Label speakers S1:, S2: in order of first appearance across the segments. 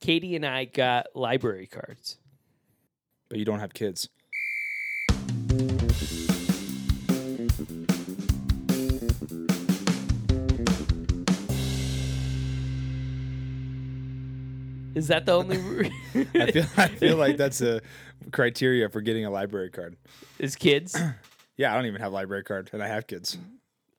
S1: Katie and I got library cards.
S2: but you don't have kids.
S1: Is that the only? re-
S2: I feel I feel like that's a criteria for getting a library card.
S1: is kids.
S2: Yeah, I don't even have a library card, and I have kids.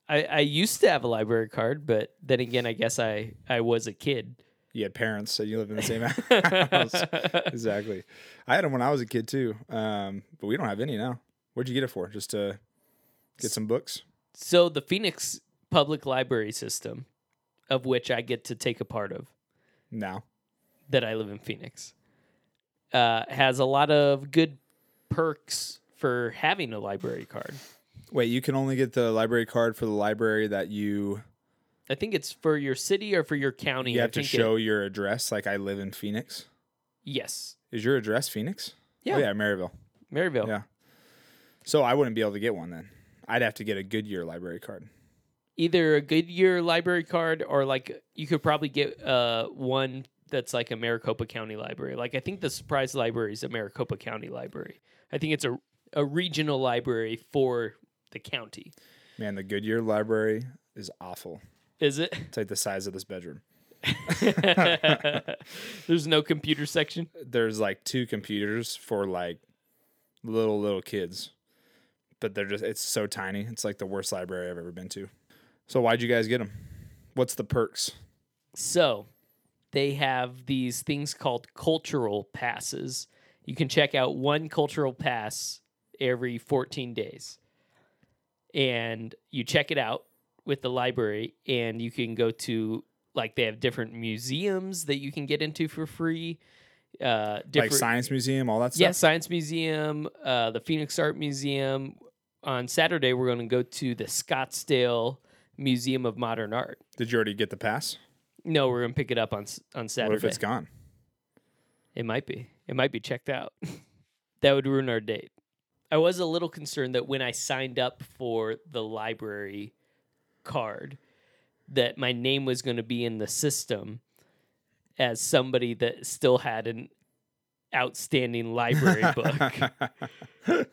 S1: I, I used to have a library card, but then again, I guess I I was a kid.
S2: You had parents, so you live in the same house. exactly. I had them when I was a kid too, um, but we don't have any now. What'd you get it for? Just to get some books.
S1: So the Phoenix Public Library System, of which I get to take a part of,
S2: No,
S1: that I live in Phoenix, uh, has a lot of good perks for having a library card.
S2: wait. You can only get the library card for the library that you
S1: I think it's for your city or for your county.
S2: you
S1: I
S2: have to
S1: think it-
S2: show your address. Like I live in Phoenix.
S1: yes,
S2: Is your address Phoenix?
S1: Yeah.
S2: Oh, yeah, Maryville.
S1: Maryville.
S2: Yeah. So I wouldn't be able to get one then. I'd have to get a Goodyear library card.
S1: Either a Goodyear library card or like you could probably get uh, one that's like a Maricopa County library. Like I think the surprise library is a Maricopa County library. I think it's a a regional library for the county.
S2: Man, the Goodyear library is awful.
S1: Is it?
S2: It's like the size of this bedroom.
S1: There's no computer section.
S2: There's like two computers for like little little kids. But they're just it's so tiny. It's like the worst library I've ever been to. So why'd you guys get them? What's the perks?
S1: So they have these things called cultural passes. You can check out one cultural pass every 14 days. And you check it out with the library, and you can go to like they have different museums that you can get into for free. Uh,
S2: Like science museum, all that stuff.
S1: Yeah, Science Museum, uh, the Phoenix Art Museum. On Saturday, we're going to go to the Scottsdale Museum of Modern Art.
S2: Did you already get the pass?
S1: No, we're going to pick it up on s- on
S2: What if
S1: Saturday.
S2: it's gone?
S1: It might be. It might be checked out. that would ruin our date. I was a little concerned that when I signed up for the library card, that my name was going to be in the system as somebody that still had an outstanding library book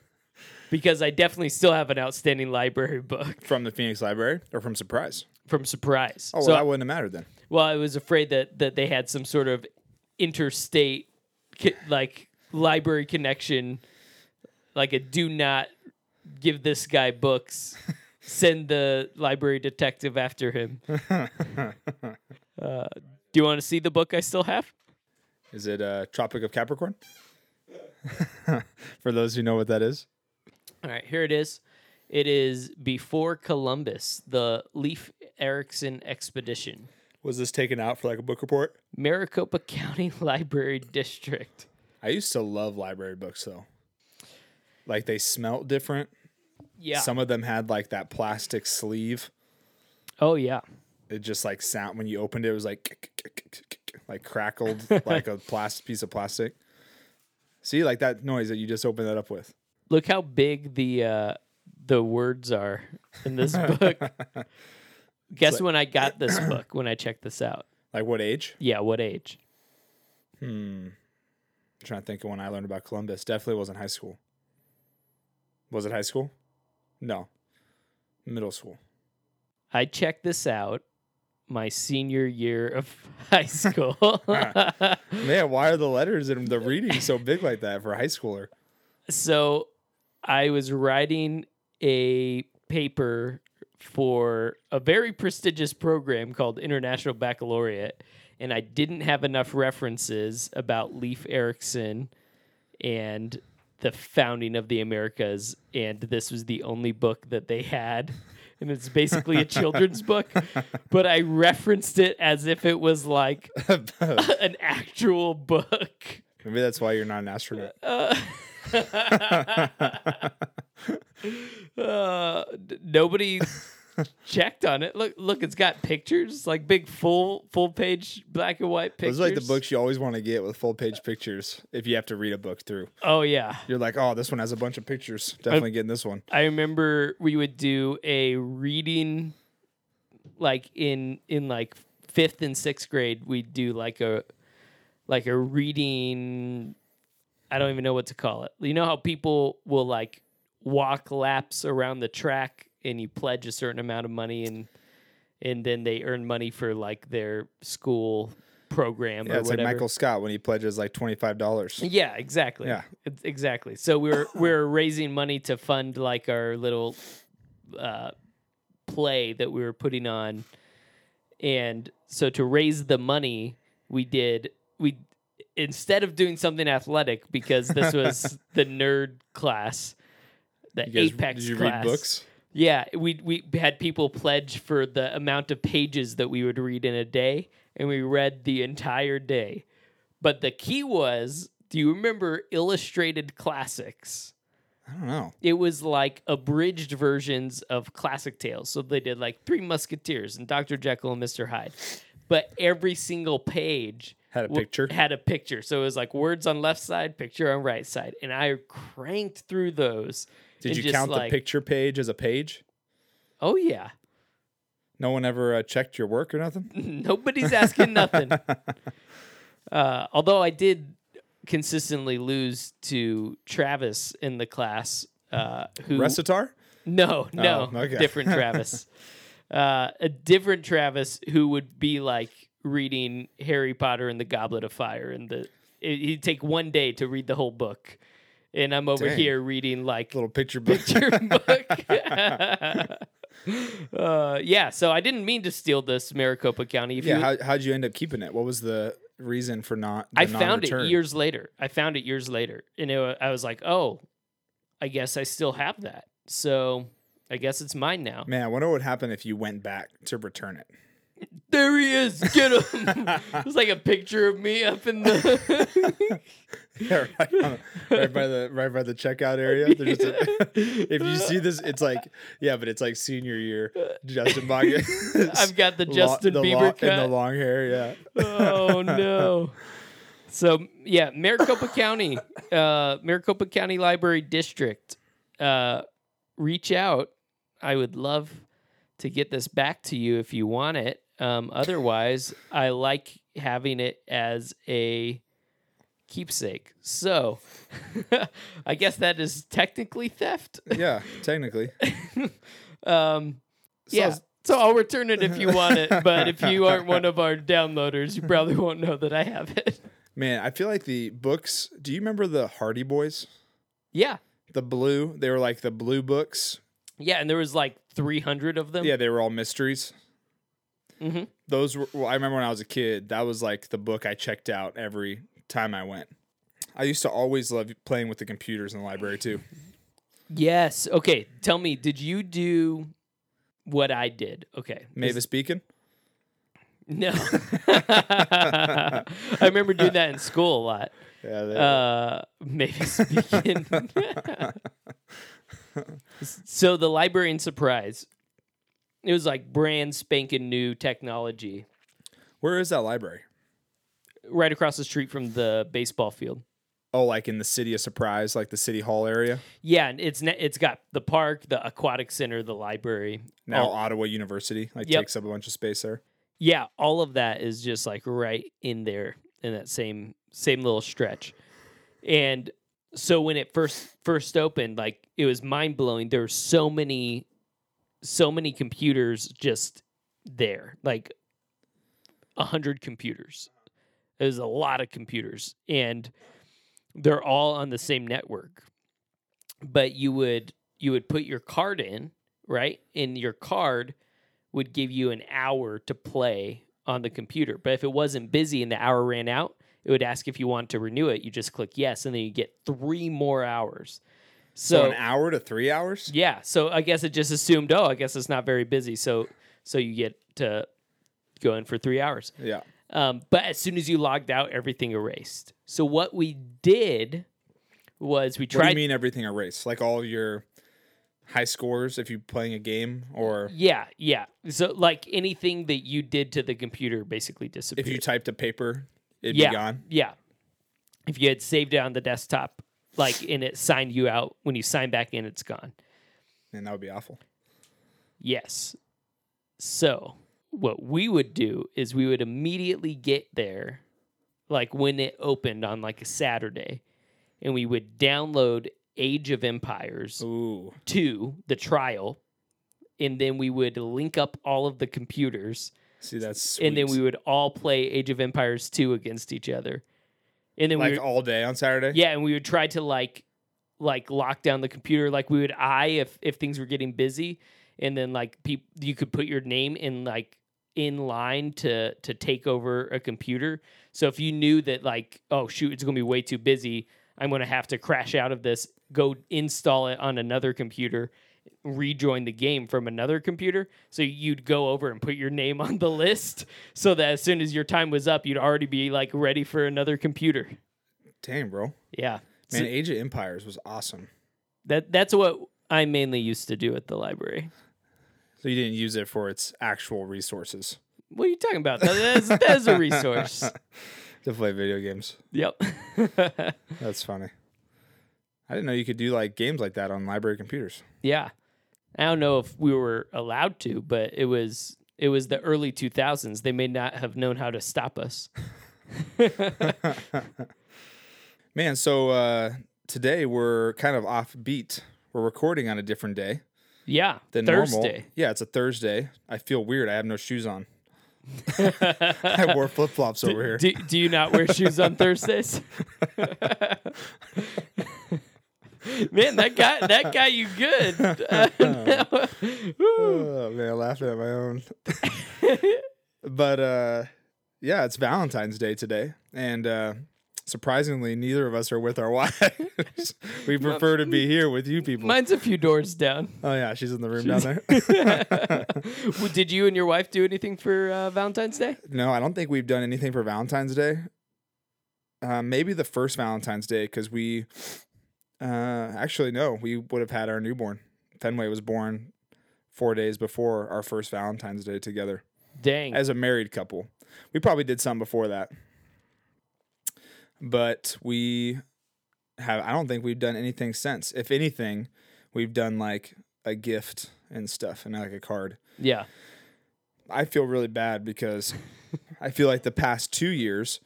S1: because I definitely still have an outstanding library book
S2: from the Phoenix Library or from Surprise?
S1: from Surprise.
S2: Oh, well,
S1: so
S2: that wouldn't have mattered then.
S1: Well, I was afraid that that they had some sort of interstate co- like library connection, like a do not give this guy books, send the library detective after him. uh, do you want to see the book I still have?
S2: Is it uh, Tropic of Capricorn? For those who know what that is,
S1: All right, here it is. It is before Columbus, the Leif Erikson expedition,
S2: was this taken out for like a book report?
S1: Maricopa County Library District.
S2: I used to love library books though. Like they smelt different.
S1: Yeah.
S2: Some of them had like that plastic sleeve.
S1: oh yeah.
S2: It just like sound when you opened it, it was like like crackled like a plastic piece of plastic. See, like that noise that you just opened that up with.
S1: Look how big the uh, the words are in this book. Guess when I got this book when I checked this out.
S2: Like what age? Hmm.
S1: Yeah, what age?
S2: I'm trying to think of when I learned about Columbus. Definitely wasn't high school. Was it high school? No. Middle school.
S1: I checked this out my senior year of high school.
S2: Man, why are the letters and the reading so big like that for a high schooler?
S1: so I was writing a paper for a very prestigious program called International Baccalaureate, and I didn't have enough references about Leif Erikson and the founding of the Americas, and this was the only book that they had. And it's basically a children's book, but I referenced it as if it was like an actual book.
S2: Maybe that's why you're not an astronaut.
S1: Uh, d- nobody checked on it. Look, look, it's got pictures, like big full full page black and white pictures.
S2: Those are like the books you always want to get with full page pictures if you have to read a book through.
S1: Oh yeah,
S2: You're like, oh, this one has a bunch of pictures. Definitely getting this one.
S1: I remember we would do a reading, like in in like fifth and sixth grade, we'd do like a like a reading I don't even know what to call it. You know how people will like walk laps around the track and you pledge a certain amount of money and and then they earn money for like their school program
S2: Yeah,
S1: or
S2: it's
S1: whatever.
S2: like Michael Scott when he pledges like twenty five dollars.
S1: Yeah, exactly.
S2: Yeah.
S1: It's- exactly. So we're we're raising money to fund like our little uh, play that we were putting on, and so to raise the money, we did we instead of doing something athletic because this was the nerd class, the apex
S2: did you
S1: class.
S2: read books?
S1: Yeah, we we had people pledge for the amount of pages that we would read in a day, and we read the entire day. But the key was, do you remember Illustrated Classics?
S2: I don't know.
S1: It was like abridged versions of classic tales. So they did like Three Musketeers and Dr. Jekyll and Mr. Hyde. But every single page
S2: Had a
S1: w-
S2: picture.
S1: Had a picture. So it was like words on left side, picture on right side. And I cranked through those.
S2: Did
S1: and
S2: you
S1: just,
S2: count
S1: like,
S2: the picture page as a page?
S1: Oh, yeah.
S2: No one ever uh, checked your work or nothing.
S1: Nobody's asking nothing. Uh, although I did consistently lose to Travis in the class. Uh, who?
S2: Recitar?
S1: no, no,
S2: Oh, okay.
S1: different Travis. uh, a different Travis who would be like reading Harry Potter and the Goblet of Fire, and the it, he'd take one day to read the whole book, and I'm over
S2: Dang.
S1: here reading like
S2: Little picture book.
S1: picture book. uh, yeah, so I didn't mean to steal this Maricopa County. If
S2: yeah.
S1: you,
S2: How how'd you end up keeping it? What was the reason for not? the
S1: I found it
S2: non-return?
S1: years later. I found it years later, and it, wa- I was like, "Oh, I guess I still have that." So I guess it's mine now.
S2: Man, I wonder what would happen if you went back to return it.
S1: There he is. Get him. it's like a picture of me up in the.
S2: Yeah, right, on the- right by the right by the checkout area. There's just a- if you see this, it's like yeah, but it's like senior year. Justin Boggett.
S1: I've got the
S2: Lo-
S1: Justin
S2: the
S1: Bieber
S2: lo-
S1: cut.
S2: and the long hair. Yeah.
S1: oh no. So yeah, Maricopa County, uh, Maricopa County Library District, uh, reach out. I would love to get this back to you if you want it. Um, otherwise, I like having it as a keepsake. So I guess that is technically theft.
S2: Yeah. Technically.
S1: Um, yeah.
S2: So-
S1: So I'll return it if you want it, but if you aren't one of our downloaders, you probably won't know that I have it.
S2: Man, I feel like the books. Do you remember the Hardy Boys?
S1: Yeah.
S2: The blue. They were like the blue books.
S1: Yeah, and there was like 300 of them.
S2: Yeah, they were all mysteries.
S1: Mhm.
S2: Those were. Well, I remember when I was a kid. That was like the book I checked out every time I went. I used to always love playing with the computers in the library too.
S1: Yes. Okay, tell me, did you do what I did? Okay.
S2: Mavis Beacon.
S1: No. I remember doing that in school a lot.
S2: Yeah, they,
S1: Uh, maybe speaking. so the library and surprise. It was like brand spanking new technology
S2: Where is that library?
S1: right across the street from the baseball field.
S2: Oh, like in the city of surprise, like the city hall area.
S1: Yeah, and it's ne- it's got the park, the aquatic center, the library.
S2: Now
S1: all-
S2: Ottawa University like
S1: Oh. Yep.
S2: takes up a bunch of space there.
S1: yeah all of that is just like right in there in that same same little stretch and so when it first first opened like it was mind blowing there were so many so many computers just there like a hundred computers it was a lot of computers and they're all on the same network but you would you would put your card in right and your card would give you an hour to play on the computer. But if it wasn't busy and the hour ran out, it would ask if you want to renew it. You just click yes, and then you get three more hours.
S2: So,
S1: So,
S2: an hour to three hours.
S1: yeah, so I guess it just assumed, oh, I guess it's not very busy. So so you get to go in for three hours.
S2: Yeah.
S1: Um, but as soon as you logged out, everything erased. So what we did was we
S2: What do
S1: tried
S2: you mean everything erased? Like all your high scores if you're playing a game, or
S1: Yeah, yeah. So like anything that you did to the computer basically disappeared.
S2: if you typed a paper, it'd
S1: yeah,
S2: be gone.
S1: Yeah. If you had saved it on the desktop, like and it signed you out, when you sign back in, it's gone.
S2: And that would be awful.
S1: Yes. So what we would do is we would immediately get there like when it opened on like a Saturday, and we would download Age of Empires
S2: Ooh.
S1: two, the trial, and then we would link up all of the computers,
S2: See, that's
S1: and then we
S2: sweet.
S1: would all play Age of Empires two against each other, and then we
S2: like
S1: would-
S2: all day on Saturday.
S1: yeah, and we would try to like like lock down the computer. Like we would eye if if things were getting busy, and then like people you could put your name in like in line to to take over a computer. So if you knew that like oh shoot it's gonna be way too busy, I'm gonna have to crash out of this. Go install it on another computer rejoin the game from another computer. So you'd go over and put your name on the list so that as soon as your time was up, you'd already be like ready for another computer.
S2: Dang, bro.
S1: Yeah. So-
S2: Man, Age of Empires was awesome.
S1: That that's what I mainly used to do at the library.
S2: So you didn't use it for its actual resources
S1: What are you talking about? That- That's, that is a resource.
S2: to play video games.
S1: Yep.
S2: That's funny. I didn't know you could do like games like that on library computers.
S1: yeah. I don't know if we were allowed to, but it was it was the early 2000s. They may not have known how to stop us.
S2: Man, so uh, today we're kind of off beat. We're recording on a different day
S1: Yeah.
S2: than normal.
S1: Thursday.
S2: Yeah, it's a Thursday. I feel weird. I have no shoes on. I wore flip flops over here.
S1: Do, do you not wear shoes on Thursdays? Man, that guy that guy you good.
S2: Oh man, laughing at my own. but uh yeah, it's Valentine's Day today. And uh surprisingly neither of us are with our wives. we prefer to be here with you people.
S1: Mine's a few doors down.
S2: oh yeah, she's in the room down there.
S1: Well, did you and your wife do anything for uh, Valentine's Day?
S2: no, I don't think we've done anything for Valentine's Day. Uh, maybe the first Valentine's Day because we uh actually no, we would have had our newborn. Fenway was born four days before our first Valentine's Day together.
S1: Dang.
S2: as a married couple. We probably did some before that. But we have I don't think we've done anything since. If anything, we've done like a gift and stuff and like a card.
S1: yeah.
S2: I feel really bad because I feel like the past 2 years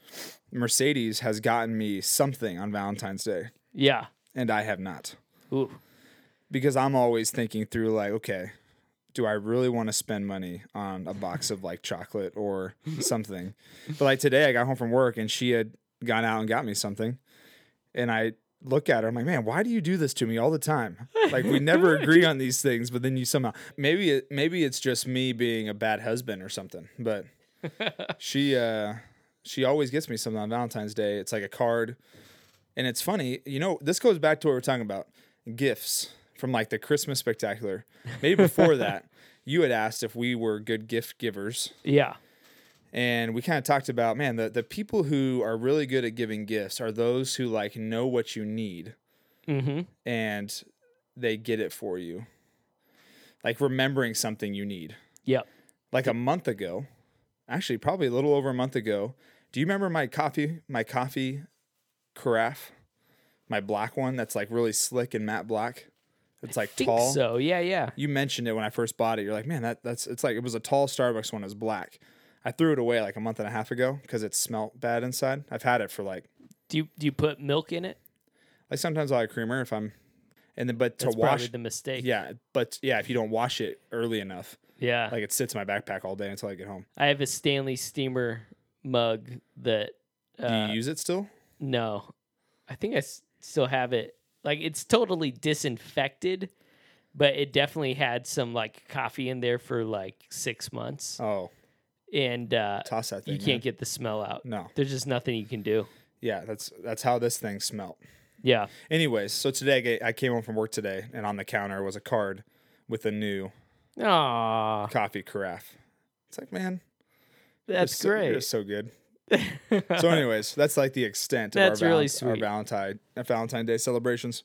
S2: Mercedes has gotten me something on Valentine's Day
S1: Yeah.
S2: and I have not.
S1: Ooh.
S2: Because I'm always thinking through like, okay, do I really want to spend money on a box of like chocolate or something? But like today, I got home from work and she had gone out and got me something. And I look at her, I'm like, man, why do you do this to me all the time? Like we never agree on these things, but then you somehow maybe it, maybe it's just me being a bad husband or something. But she uh she always gets me something on Valentine's Day. It's like a card. And it's funny, you know, this goes back to what we're talking about. Gifts from like the Christmas spectacular. Maybe before that, you had asked if we were good gift givers.
S1: Yeah.
S2: And we kind of talked about, man, the, the people who are really good at giving gifts are those who like know what you need
S1: Mm-hmm.
S2: and they get it for you. Like remembering something you need.
S1: Yep.
S2: Like a month ago, actually probably a little over a month ago, do you remember my coffee, my coffee carafe? My black one that's like really slick and matte black. It's like
S1: Think
S2: tall.
S1: so. Yeah. Yeah.
S2: you mentioned it when I first bought it. You're like, man, that that's it's like it was a tall Starbucks one. It was black. I threw it away like a month and a half ago because it smelt bad inside. I've had it for like
S1: Do you do you put milk in it?
S2: like sometimes I'll have creamer if I'm and then but to
S1: That's probably
S2: wash
S1: the mistake.
S2: yeah, but yeah, if you don't wash it early enough,
S1: Yeah.
S2: like it sits in my backpack all day until I get home.
S1: I have a Stanley steamer mug that
S2: Do
S1: uh,
S2: you use it still?
S1: no, I think I s- still have it. Like it's totally disinfected, but it definitely had some like coffee in there for like six months,
S2: Oh,
S1: and uh,
S2: toss that thing.
S1: you
S2: man.
S1: can't get the smell out.
S2: No.
S1: There's just nothing you can do.
S2: Yeah, that's that's how this thing smelt.
S1: Yeah.
S2: Anyways, so today I ga- I came home from work today and on the counter was a card with a new
S1: Aw,
S2: coffee carafe. It's like, man,
S1: that's
S2: You're so-
S1: great.
S2: You're so good. so, anyways, that's like the extent of
S1: That's
S2: our,
S1: really
S2: valent- our
S1: sweet.
S2: Valentine uh, Valentine Day celebrations.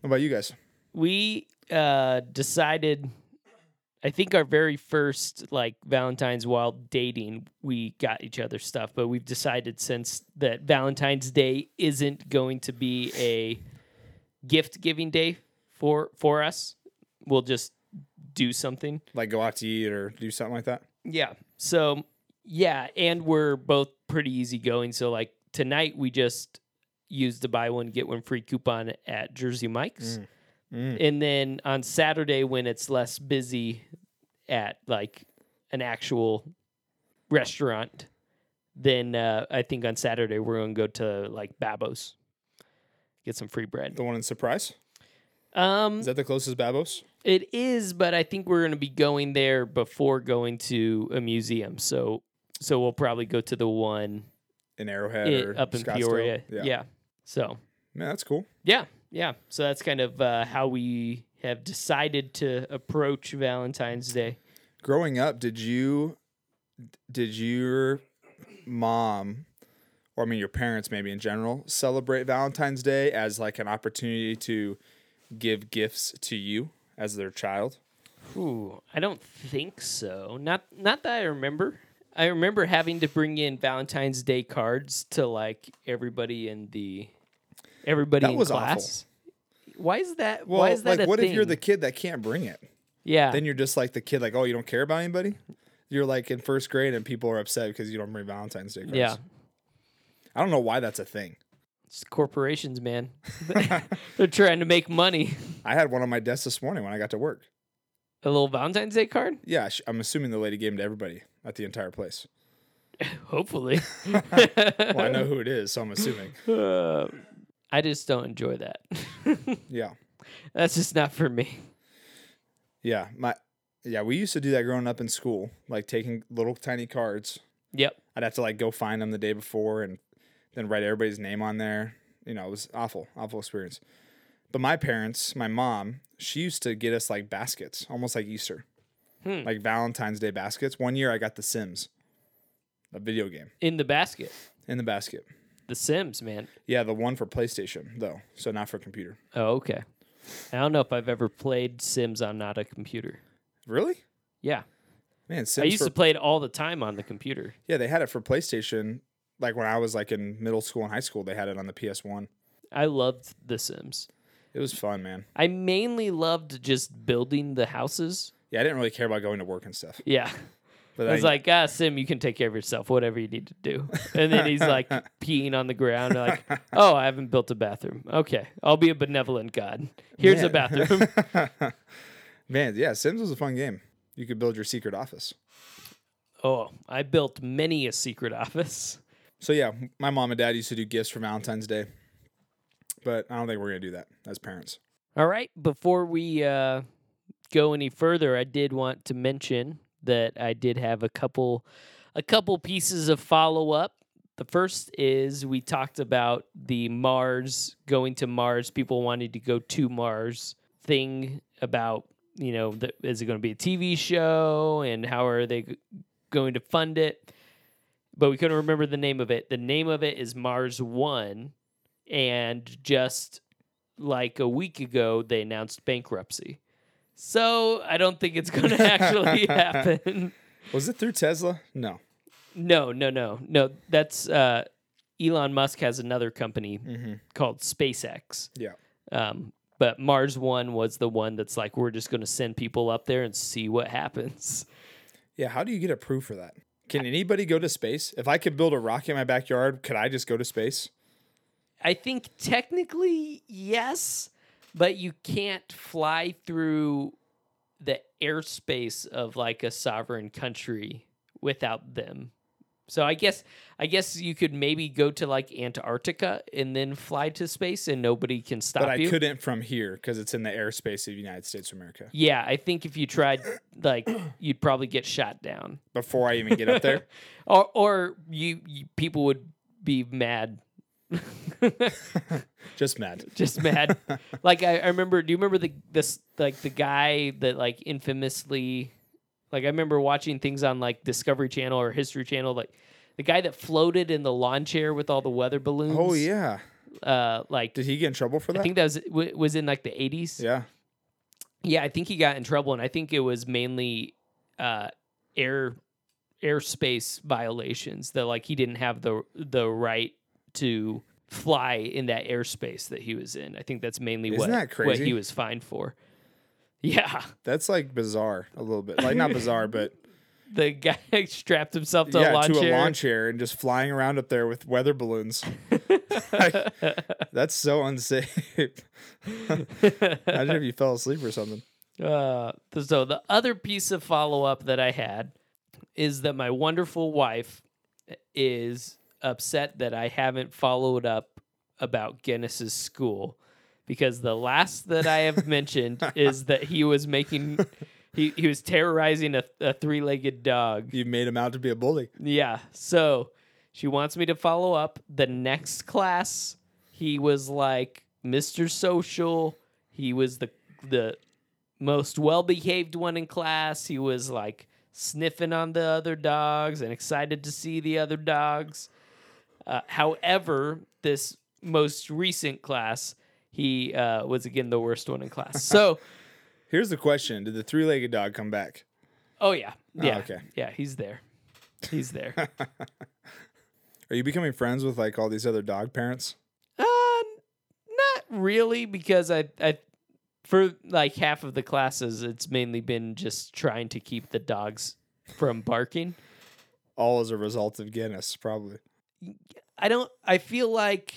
S2: What about you guys?
S1: we uh decided I think our very first like Valentine's while dating, we got each other stuff, but we've decided since that Valentine's Day isn't going to be a gift giving day for for us. We'll just do something.
S2: Like go out to eat or do something like that?
S1: Yeah. So yeah, and we're both pretty easy going. So like tonight we just used the buy one get one free coupon at Jersey Mike's,
S2: Mm. Mm.
S1: and then on Saturday when it's less busy at like an actual restaurant, then uh, I think on Saturday we're gonna go to like Babos, get some free bread.
S2: The one in Surprise?
S1: Um,
S2: Is that the closest Babos?
S1: It is, but I think we're going to be going there before going to a museum. So, so we'll probably go to the one
S2: In Arrowhead
S1: i-
S2: or
S1: up in
S2: Scottsdale?
S1: Peoria.
S2: Yeah.
S1: Yeah. So,
S2: Man, that's cool.
S1: yeah, yeah. So that's kind of uh, how we have decided to approach Valentine's Day.
S2: Growing up, did you did your mom or I mean your parents maybe in general celebrate Valentine's Day as like an opportunity to give gifts to you as their child?
S1: Ooh, I don't think so. Not, not that I remember. I remember having to bring in Valentine's Day cards to like everybody in the everybody
S2: That
S1: in
S2: was awful.
S1: class. Why is that?
S2: Well,
S1: why is that
S2: like
S1: a
S2: what if you're
S1: thing?
S2: the kid that can't bring it?
S1: yeah?
S2: Then you're just like the kid like, "Oh, you don't care about anybody?" You're like in first grade and people are upset because you don't bring Valentine's Day cards.
S1: Yeah,
S2: I don't know why that's a thing.
S1: it's corporations, man. They're trying to make money.
S2: I had one on my desk this morning when I got to work.
S1: A little Valentine's Day card,
S2: Yeah, sh- I'm assuming the lady gave them to everybody at the entire place.
S1: hopefully.
S2: Well, I know who it is, so I'm assuming.
S1: Uh, I just don't enjoy that.
S2: Yeah,
S1: That's just not for me.
S2: yeah, my yeah. We used to do that growing up in school, like taking little tiny cards.
S1: Yep.
S2: I'd have to like go find them the day before and then write everybody's name on there. You know, it was awful, awful experience. But my parents, my mom, she used to get us like baskets, almost like Easter,
S1: Hmm.
S2: like Valentine's Day baskets. One year I got The Sims, a video game
S1: In the basket,
S2: in the basket.
S1: The Sims, man.
S2: Yeah, the one for PlayStation though, so not for computer.
S1: Oh, okay. I don't know if I've ever played Sims on not a computer.
S2: Really?
S1: Yeah,
S2: Man,
S1: I
S2: Sims
S1: used
S2: for,
S1: to play it all the time on the computer.
S2: yeah, they had it for PlayStation. Like when I was like in middle school and high school, they had it on the PS One.
S1: I loved The Sims.
S2: It was fun, man.
S1: I mainly loved just building the houses.
S2: Yeah, I didn't really care about going to work and stuff.
S1: Yeah.
S2: But
S1: I was
S2: I-
S1: like, ah, Sim, you can take care of yourself, whatever you need to do. And then he's like peeing on the ground, like, oh, I haven't built a bathroom. Okay, I'll be a benevolent god. Here's a
S2: Man.
S1: bathroom.
S2: man, yeah, Sims was a fun game. You could build your secret office.
S1: oh, I built many a secret office.
S2: So yeah, my mom and dad used to do gifts for Valentine's Day, but I don't think we're gonna do that as parents.
S1: All right, before we uh, go any further, I did want to mention that I did have a couple, a couple pieces of follow up. The first is we talked about the Mars going to Mars, people wanting to go to Mars thing about you know the, is it going to be a TV show and how are they g- going to fund it? But we couldn't remember the name of it. The name of it is Mars One, and just like a week ago they announced bankruptcy. So I don't think it's going to actually happen.
S2: Was it through Tesla? No.
S1: No, no, no, no. That's uh, Elon Musk has another company
S2: Mm-hmm.
S1: called SpaceX.
S2: Yeah.
S1: Um, but Mars One was the one that's like we're just going to send people up there and see what happens.
S2: Yeah. How do you get approved for that? Can anybody go to space? If I could build a rocket in my backyard, could I just go to space?
S1: I think technically yes, but you can't fly through the airspace of like a sovereign country without them. So I guess I guess you could maybe go to like Antarctica and then fly to space and nobody can stop
S2: but I
S1: you.
S2: couldn't from here because it's in the airspace of the United States of America.
S1: Yeah, I think if you tried like you'd probably get shot down.
S2: Before I even get up there,
S1: Or or you, you people would be mad
S2: just mad.
S1: just mad. like I, I remember. Do you remember the this like the guy that like infamously, like I remember watching things on like Discovery Channel or History Channel, like the guy that floated in the lawn chair with all the weather balloons.
S2: Oh yeah,
S1: uh, like
S2: did he get in trouble for that?
S1: I think that was w- was in like the eighties.
S2: yeah,
S1: Yeah, I think he got in trouble, and I think it was mainly uh, air airspace violations that like he didn't have the the right to fly in that airspace that he was in. I think that's mainly what
S2: Isn't that
S1: what
S2: crazy?
S1: he was fined for. Yeah,
S2: that's like bizarre a little bit. Like not bizarre, but
S1: the guy strapped himself to a
S2: yeah,
S1: lawn
S2: to
S1: chair.
S2: a lawn chair and just flying around up there with weather balloons. That's so unsafe. Imagine if you fell asleep or something.
S1: Uh, th- so the other piece of follow up that I had is that my wonderful wife is upset that I haven't followed up about Guinness's school because the last that I have mentioned is that he was making he, he was terrorizing a, a three legged dog.
S2: You made him out to be a bully.
S1: Yeah. So she wants me to follow up. The next class, he was like Mr. Social. He was the the most well behaved one in class. He was like sniffing on the other dogs and excited to see the other dogs. Uh, however, this most recent class, he uh, was again the worst one in class. So,
S2: Here's the question: Did the three-legged dog come back?
S1: oh yeah, yeah,
S2: okay.
S1: yeah, he's there, he's there.
S2: Are you becoming friends with like all these other dog parents?
S1: Uh, not really, because I, I, for like half of the classes, it's mainly been just trying to keep the dogs from barking.
S2: All as a result of Guinness, probably.
S1: I don't. I feel like.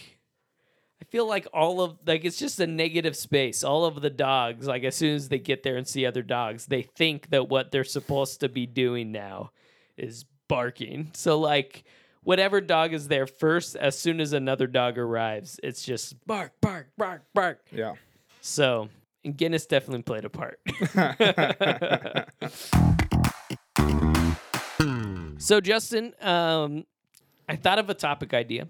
S1: I feel like all of like it's just a negative space. All of the dogs, like as soon as they get there and see other dogs, they think that what they're supposed to be doing now is barking. So like whatever dog is there first, as soon as another dog arrives, it's just bark, bark, bark, bark.
S2: Yeah.
S1: So and Guinness definitely played a part. so Justin, um, I thought of a topic idea,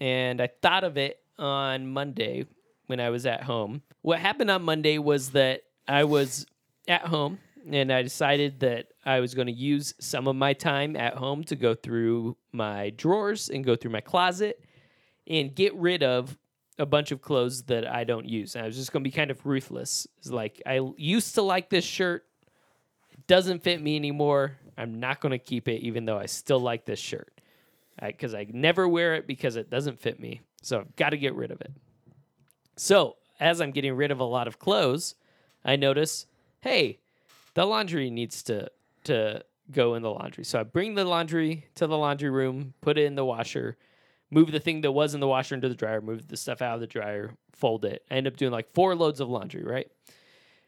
S1: and I thought of it on Monday when I was at home. What happened on Monday was that I was at home. And I decided that I was going to use some of my time at home to go through my drawers and go through my closet and get rid of a bunch of clothes that I don't use. And I was just going to be kind of ruthless. It's like I l- used to like this shirt. It doesn't fit me anymore. I'm not going to keep it even though I still like this shirt. Because I, never wear it because it doesn't fit me. So I've got to get rid of it. So as I'm getting rid of a lot of clothes, I notice, hey, the laundry needs to to go in the laundry. So I bring the laundry to the laundry room, put it in the washer, move the thing that was in the washer into the dryer, move the stuff out of the dryer, fold it. I end up doing like four loads of laundry, right?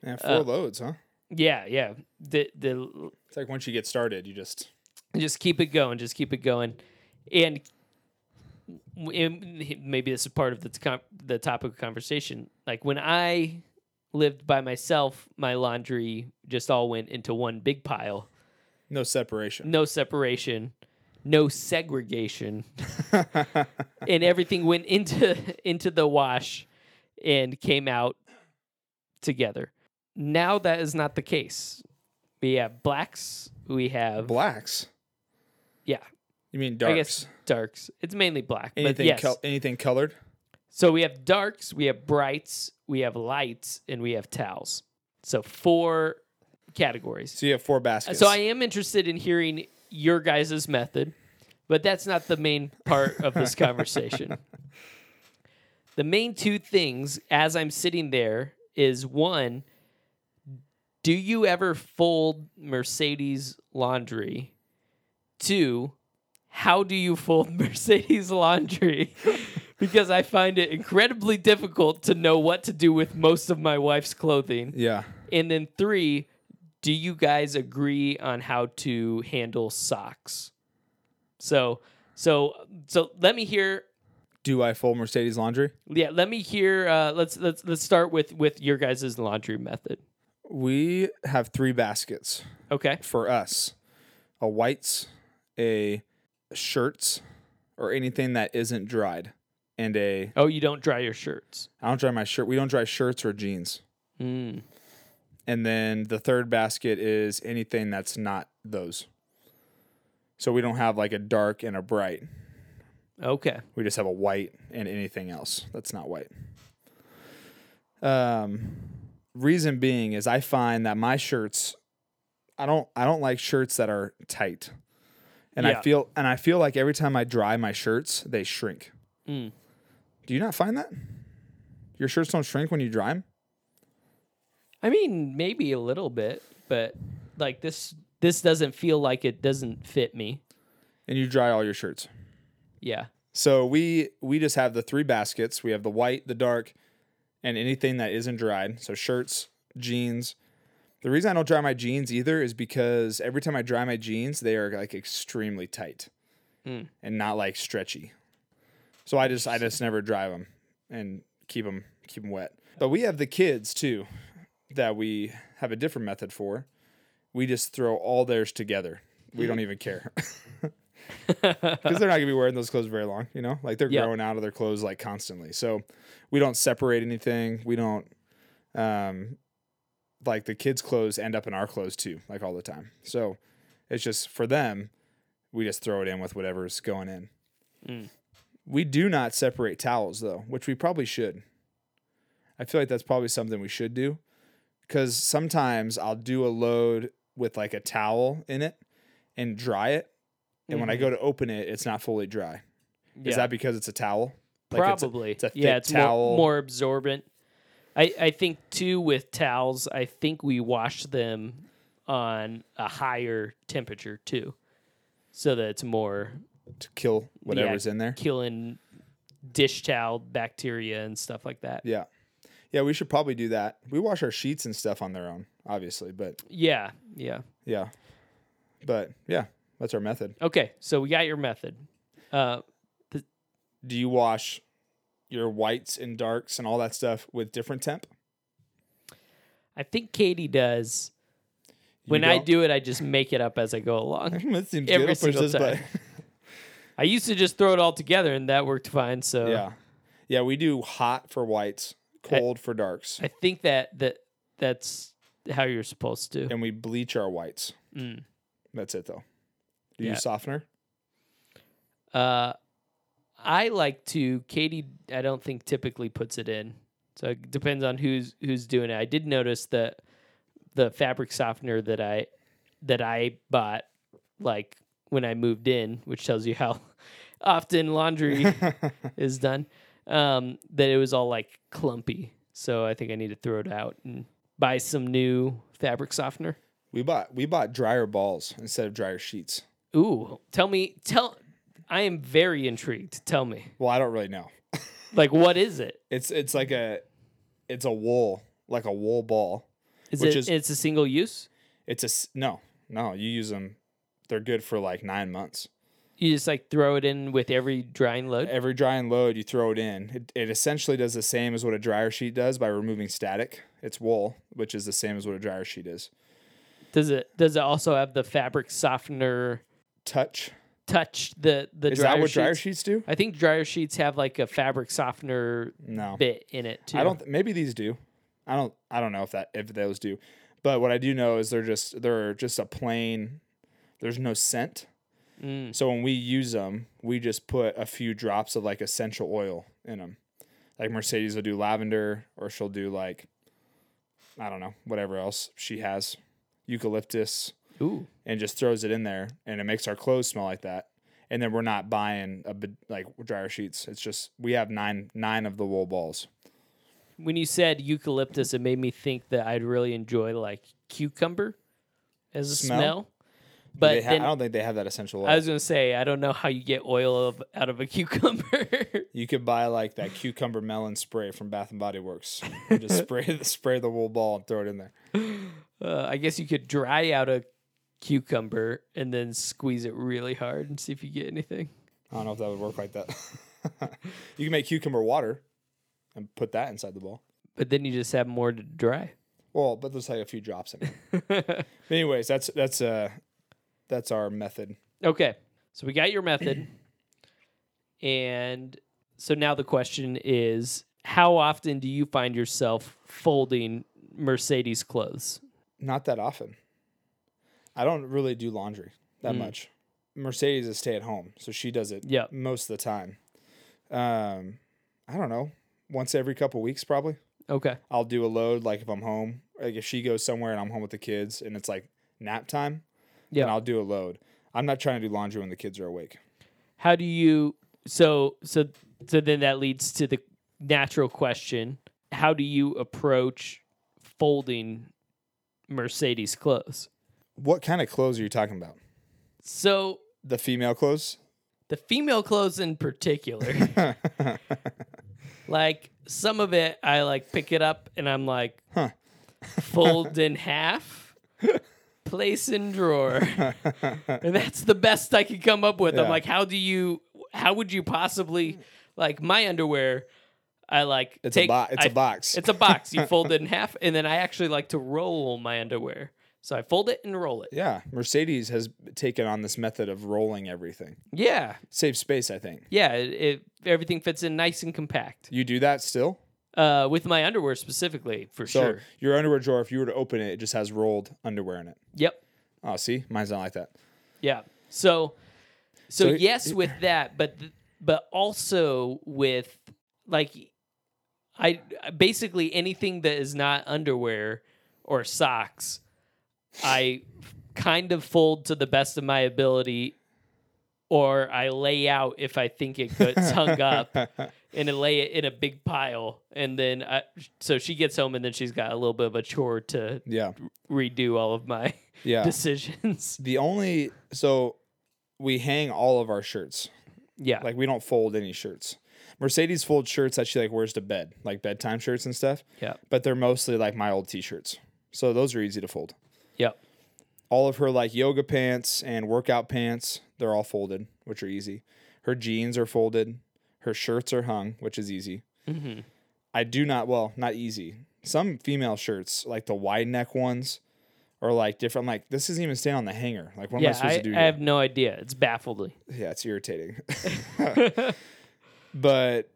S2: Yeah, four loads, huh?
S1: Yeah, yeah. The the
S2: It's like once you get started, you just
S1: just keep it going, just keep it going, and, and maybe this is part of the com- the topic of conversation. Like when I lived by myself, my laundry just all went into one big pile.
S2: no separation.
S1: no separation, no segregation, and everything went into into the wash and came out together. Now that is not the case. We have blacks. We have
S2: Mm. Blacks.
S1: yeah,
S2: You mean
S1: I
S2: darks?
S1: guess darks. It's mainly black, but
S2: anything
S1: yes.
S2: col- anything colored?
S1: so we have darks, we have brights, we have lights, and we have towels. So four categories.
S2: So you have four baskets.
S1: So I am interested in hearing your guys' method, but that's not the main part of this conversation. The main two things as I'm sitting there is one, do you ever fold Mercedes laundry? Two, how do you fold Mercedes laundry? because I find it incredibly difficult to know what to do with most of my wife's clothing.
S2: Yeah.
S1: And then three, do you guys agree on how to handle socks? So, so, so let me hear.
S2: Do I fold Mercedes laundry?
S1: Yeah, let me hear. Uh, let's let's let's start with with your guys' laundry method.
S2: We have three baskets
S1: Okay.
S2: for us: a whites, a shirts, or anything that isn't dried, and a.
S1: Oh, you don't dry your shirts.
S2: I don't dry my shirt. We don't dry shirts or jeans.
S1: Mm.
S2: And then the third basket is anything that's not those. So we don't have like a dark and a bright.
S1: Okay.
S2: We just have a white and anything else that's not white. Um, reason being is I find that my shirts, I don't I don't like shirts that are tight, and
S1: Yeah.
S2: I feel and I feel like every time I dry my shirts, they shrink.
S1: Mm.
S2: Do you not find that? Your shirts don't shrink when you dry them.
S1: I mean, maybe a little bit, but like this this doesn't feel like it doesn't fit me.
S2: and you dry all your shirts.
S1: Yeah.
S2: So we we just have the three baskets. We have the white, the dark, and anything that isn't dried. So shirts, jeans. The reason I don't dry my jeans either is because every time I dry my jeans, they are like extremely tight
S1: Mm.
S2: and not like stretchy. So I just I just never dry them and keep them keep them wet. But we have the kids too that we have a different method for. We just throw all theirs together. We don't even care. because they're not gonna be wearing those clothes very long. You know, like they're
S1: Yeah.
S2: growing out of their clothes like constantly. So we don't separate anything. We don't, um, like the kids' clothes end up in our clothes too, like all the time. So it's just for them, we just throw it in with whatever's going in.
S1: Mm.
S2: We do not separate towels though, which we probably should. I feel like that's probably something we should do because sometimes I'll do a load with like a towel in it and dry it. And when I go to open it, it's not fully dry.
S1: Mm-hmm. Yeah.
S2: Is that because it's a towel? it's a-
S1: Probably.
S2: it's a
S1: yeah,
S2: thick
S1: it's more-
S2: towel.
S1: More, absorbent. I, I think too with towels, I think we wash them on a higher temperature too. So that it's more
S2: to kill whatever's
S1: Yeah.
S2: in there.
S1: killing dish towel bacteria and stuff like that.
S2: Yeah. Yeah, we should probably do that. We wash our sheets and stuff on their own, obviously, but
S1: Yeah. Yeah.
S2: yeah. But yeah, that's our method.
S1: Okay. So we got your method. Uh
S2: Do you wash your whites and darks and all that stuff with different temp?
S1: I think Katie does.
S2: You
S1: When I
S2: don't?
S1: do it, I just make it up as I go along.
S2: That seems
S1: Every
S2: good. I'll push
S1: single
S2: this
S1: time.
S2: button.
S1: I used to just throw it all together and that worked fine. So
S2: Yeah. Yeah, we do hot for whites,
S1: Eh.
S2: cold for darks,
S1: I think that that that's how you're supposed to.
S2: and we bleach our whites.
S1: Mm.
S2: That's it though. Do
S1: Yeah.
S2: you softener?
S1: Uh, I like to. Katie, I don't think typically puts it in. So it depends on who's who's doing it. I did notice that the fabric softener that I that I bought, like when I moved in, which tells you how often laundry is done. Um, that it was all like clumpy. So I think I need to throw it out and buy some new fabric softener.
S2: We bought we bought dryer balls instead of dryer sheets.
S1: Ooh, tell me, tell. I am very intrigued. Tell me,
S2: Well, I don't really know.
S1: like, what is it?
S2: It's it's like a it's a wool like a wool ball.
S1: Is
S2: Which
S1: it?
S2: is-
S1: it's a single use.
S2: It's a s- no no. You use them. They're good for like nine months.
S1: You just like throw it in with every drying load.
S2: Every dry and load, you throw it in. It, it essentially does the same as what a dryer sheet does by removing static. It's wool, which is the same as what a dryer sheet is.
S1: Does it? Does it also have the fabric softener
S2: Touch
S1: touch the the
S2: is
S1: dryer
S2: that what
S1: sheets?
S2: dryer sheets do?
S1: I think dryer sheets have like a fabric softener
S2: No,
S1: bit in it too.
S2: I don't. Th- maybe these do. I don't. I don't know if that if those do. But what I do know is they're just they're just a plain. There's no scent.
S1: Mm.
S2: So when we use them, we just put a few drops of like essential oil in them. Like Mercedes will do lavender, or she'll do like, I don't know, whatever else she has, eucalyptus,
S1: Ooh,
S2: and just throws it in there, and it makes our clothes smell like that. And then we're not buying a bid- like dryer sheets. It's just we have nine nine of the wool balls.
S1: when you said eucalyptus, it made me think that I'd really enjoy like cucumber as a smell.
S2: Smell?
S1: But
S2: They ha-
S1: then
S2: I don't think they have that essential oil.
S1: I was gonna say I don't know how you get oil of, out of a cucumber.
S2: you could buy like that cucumber melon spray from Bath and Body Works. And just spray the spray the wool ball and throw it in there.
S1: uh, I guess you could dry out a cucumber and then squeeze it really hard and see if you get anything.
S2: I don't know if that would work like that. you can make cucumber water and put that inside the ball.
S1: But then you just have more to dry.
S2: Well, but there's like a few drops in it. But anyways, that's that's uh that's our method.
S1: okay, so we got your method, and so now the question is: How often do you find yourself folding Mercedes clothes?
S2: Not that often. I don't really do laundry that
S1: Mm.
S2: much. Mercedes is stay at home, so she does it
S1: Yep.
S2: most of the time. Um, I don't know, once every couple weeks probably.
S1: Okay.
S2: I'll do a load like if I'm home, like if she goes somewhere and I'm home with the kids and it's like nap time,
S1: Yeah.
S2: then I'll do a load. I'm not trying to do laundry when the kids are awake.
S1: how do you so so so then that leads to the natural question how do you approach folding mercedes clothes
S2: What kind of clothes are you talking about?
S1: So
S2: The female clothes?
S1: the female clothes in particular, like some of it, I like pick it up and I'm like,
S2: Huh.
S1: fold in half, place in drawer, and that's the best I could come up with.
S2: Yeah.
S1: I'm like, how do you? How would you possibly like my underwear? I like
S2: It's a
S1: take-
S2: box. It's a
S1: I-
S2: box.
S1: It's a box. You fold it in half, and then I actually like to roll my underwear. So I fold it and roll it.
S2: yeah, Mercedes has taken on this method of rolling everything.
S1: Yeah,
S2: Save space, I think.
S1: yeah. It, it everything fits in nice and compact.
S2: You do that still?
S1: Uh, with my underwear specifically, for
S2: So
S1: sure.
S2: your underwear drawer, if you were to open it, it just has rolled underwear in it.
S1: Yep.
S2: Oh, see, mine's not like that.
S1: Yeah. So, so,
S2: So it-
S1: yes, with that, but th- but also with like, I basically anything that is not underwear or socks, I kind of fold to the best of my ability, or I lay out if I think it could, it's hung up, and I lay it in a big pile, and then I, so she gets home, and then she's got a little bit of a chore to
S2: Yeah,
S1: redo all of my
S2: yeah.
S1: decisions.
S2: the only so we hang all of our shirts.
S1: Yeah.
S2: Like we don't fold any shirts. Mercedes folds shirts that she like wears to bed, like bedtime shirts and stuff.
S1: yeah.
S2: But they're mostly like my old t-shirts, so those are easy to fold.
S1: Yep.
S2: all of her like yoga pants and workout pants they're all folded which are easy her jeans are folded her shirts are hung which is easy
S1: Mm-hmm.
S2: i do not well not easy some female shirts like the wide neck ones are like different I'm like this isn't even staying on the hanger like what am i
S1: yeah,
S2: supposed
S1: I,
S2: to do
S1: I
S2: here?
S1: have no idea. It's baffling.
S2: yeah it's irritating but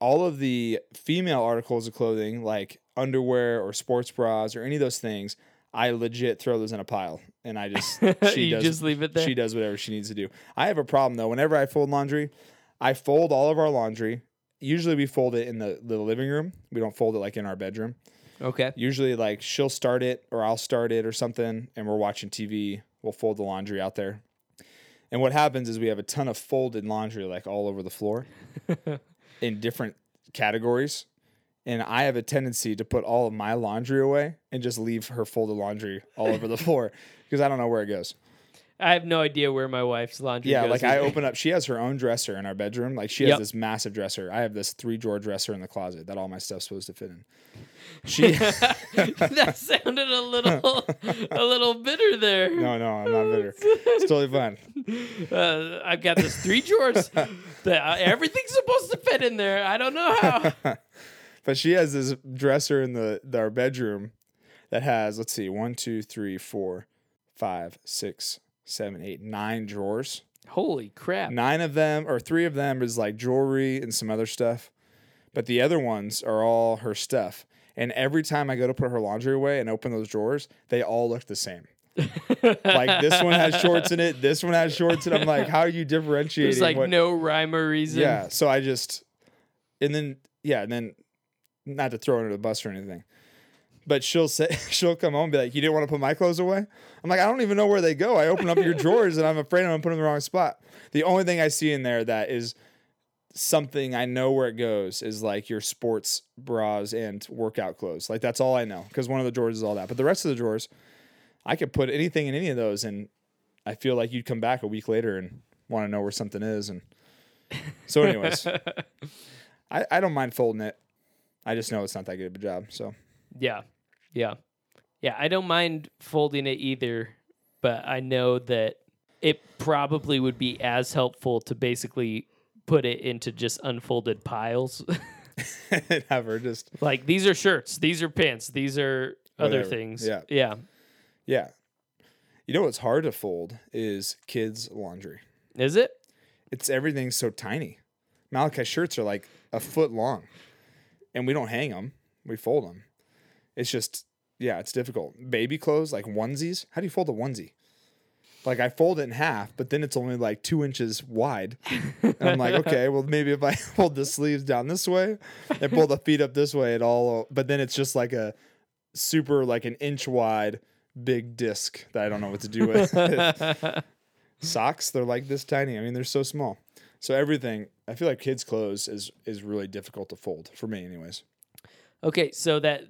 S2: all of the female articles of clothing like underwear or sports bras or any of those things i legit throw those in a pile and i just she
S1: you
S2: does
S1: just leave it there.
S2: she does whatever she needs to do. I have a problem though. Whenever I fold laundry, I fold all of our laundry. Usually we fold it in the, the living room. We don't fold it like in our bedroom.
S1: okay.
S2: Usually like she'll start it or I'll start it or something and we're watching TV. We'll fold the laundry out there. And what happens is we have a ton of folded laundry like all over the floor in different categories. And I have a tendency to put all of my laundry away and just leave her folded laundry all over the floor because I don't know where it goes.
S1: I have no idea where my wife's laundry
S2: Yeah,
S1: goes.
S2: like I
S1: either.
S2: open up. She has her own dresser in our bedroom. Like she has
S1: Yep.
S2: this massive dresser. I have this three drawer dresser in the closet that all my stuff's supposed to fit in. She
S1: that sounded a little a little bitter there.
S2: no no I'm not bitter. It's totally fine.
S1: Uh, I've got this three drawers. that uh, everything's supposed to fit in there. I don't know how.
S2: But she has this dresser in the, the our bedroom that has let's see one two three four five six seven eight nine drawers.
S1: Holy crap.
S2: Nine of them or three of them is like jewelry and some other stuff. But the other ones are all her stuff. And every time I go to put her laundry away and open those drawers, they all look the same. like this one has shorts in it, this one has shorts, and I'm like, how are you differentiating?
S1: There's like
S2: what-
S1: no rhyme or reason.
S2: yeah. So I just, and then yeah, and then not to throw her under the bus or anything, but she'll say she'll come home and be like, you didn't want to put my clothes away. I'm like, I don't even know where they go. I open up your drawers and I'm afraid I'm gonna put them in the wrong spot. The only thing I see in there that is something I know where it goes is like your sports bras and workout clothes. Like that's all I know because one of the drawers is all that. But the rest of the drawers, I could put anything in any of those and. I feel like you'd come back a week later and want to know where something is, and so, anyways, I, I don't mind folding it. I just know it's not that good of a job. So,
S1: Yeah. Yeah. Yeah. I don't mind folding it either, but I know that it probably would be as helpful to basically put it into just unfolded piles.
S2: never just
S1: like these are shirts, these are pants, these are other
S2: Whatever.
S1: things.
S2: Yeah.
S1: Yeah.
S2: yeah. You know what's hard to fold is kids' laundry.
S1: Is it?
S2: It's everything's so tiny. Malachi shirts are like a foot long, and we don't hang them; we fold them. It's just yeah, it's difficult. Baby clothes like onesies. How do you fold a onesie? Like I fold it in half, but then it's only like two inches wide. And I'm like, okay, well maybe if I fold the sleeves down this way and pull the feet up this way, it all. But then it's just like a super like an inch wide big disc that I don't know what to do with. socks they're like this tiny i mean they're so small so everything i feel like kids clothes is is really difficult to fold for me anyways
S1: Okay, so that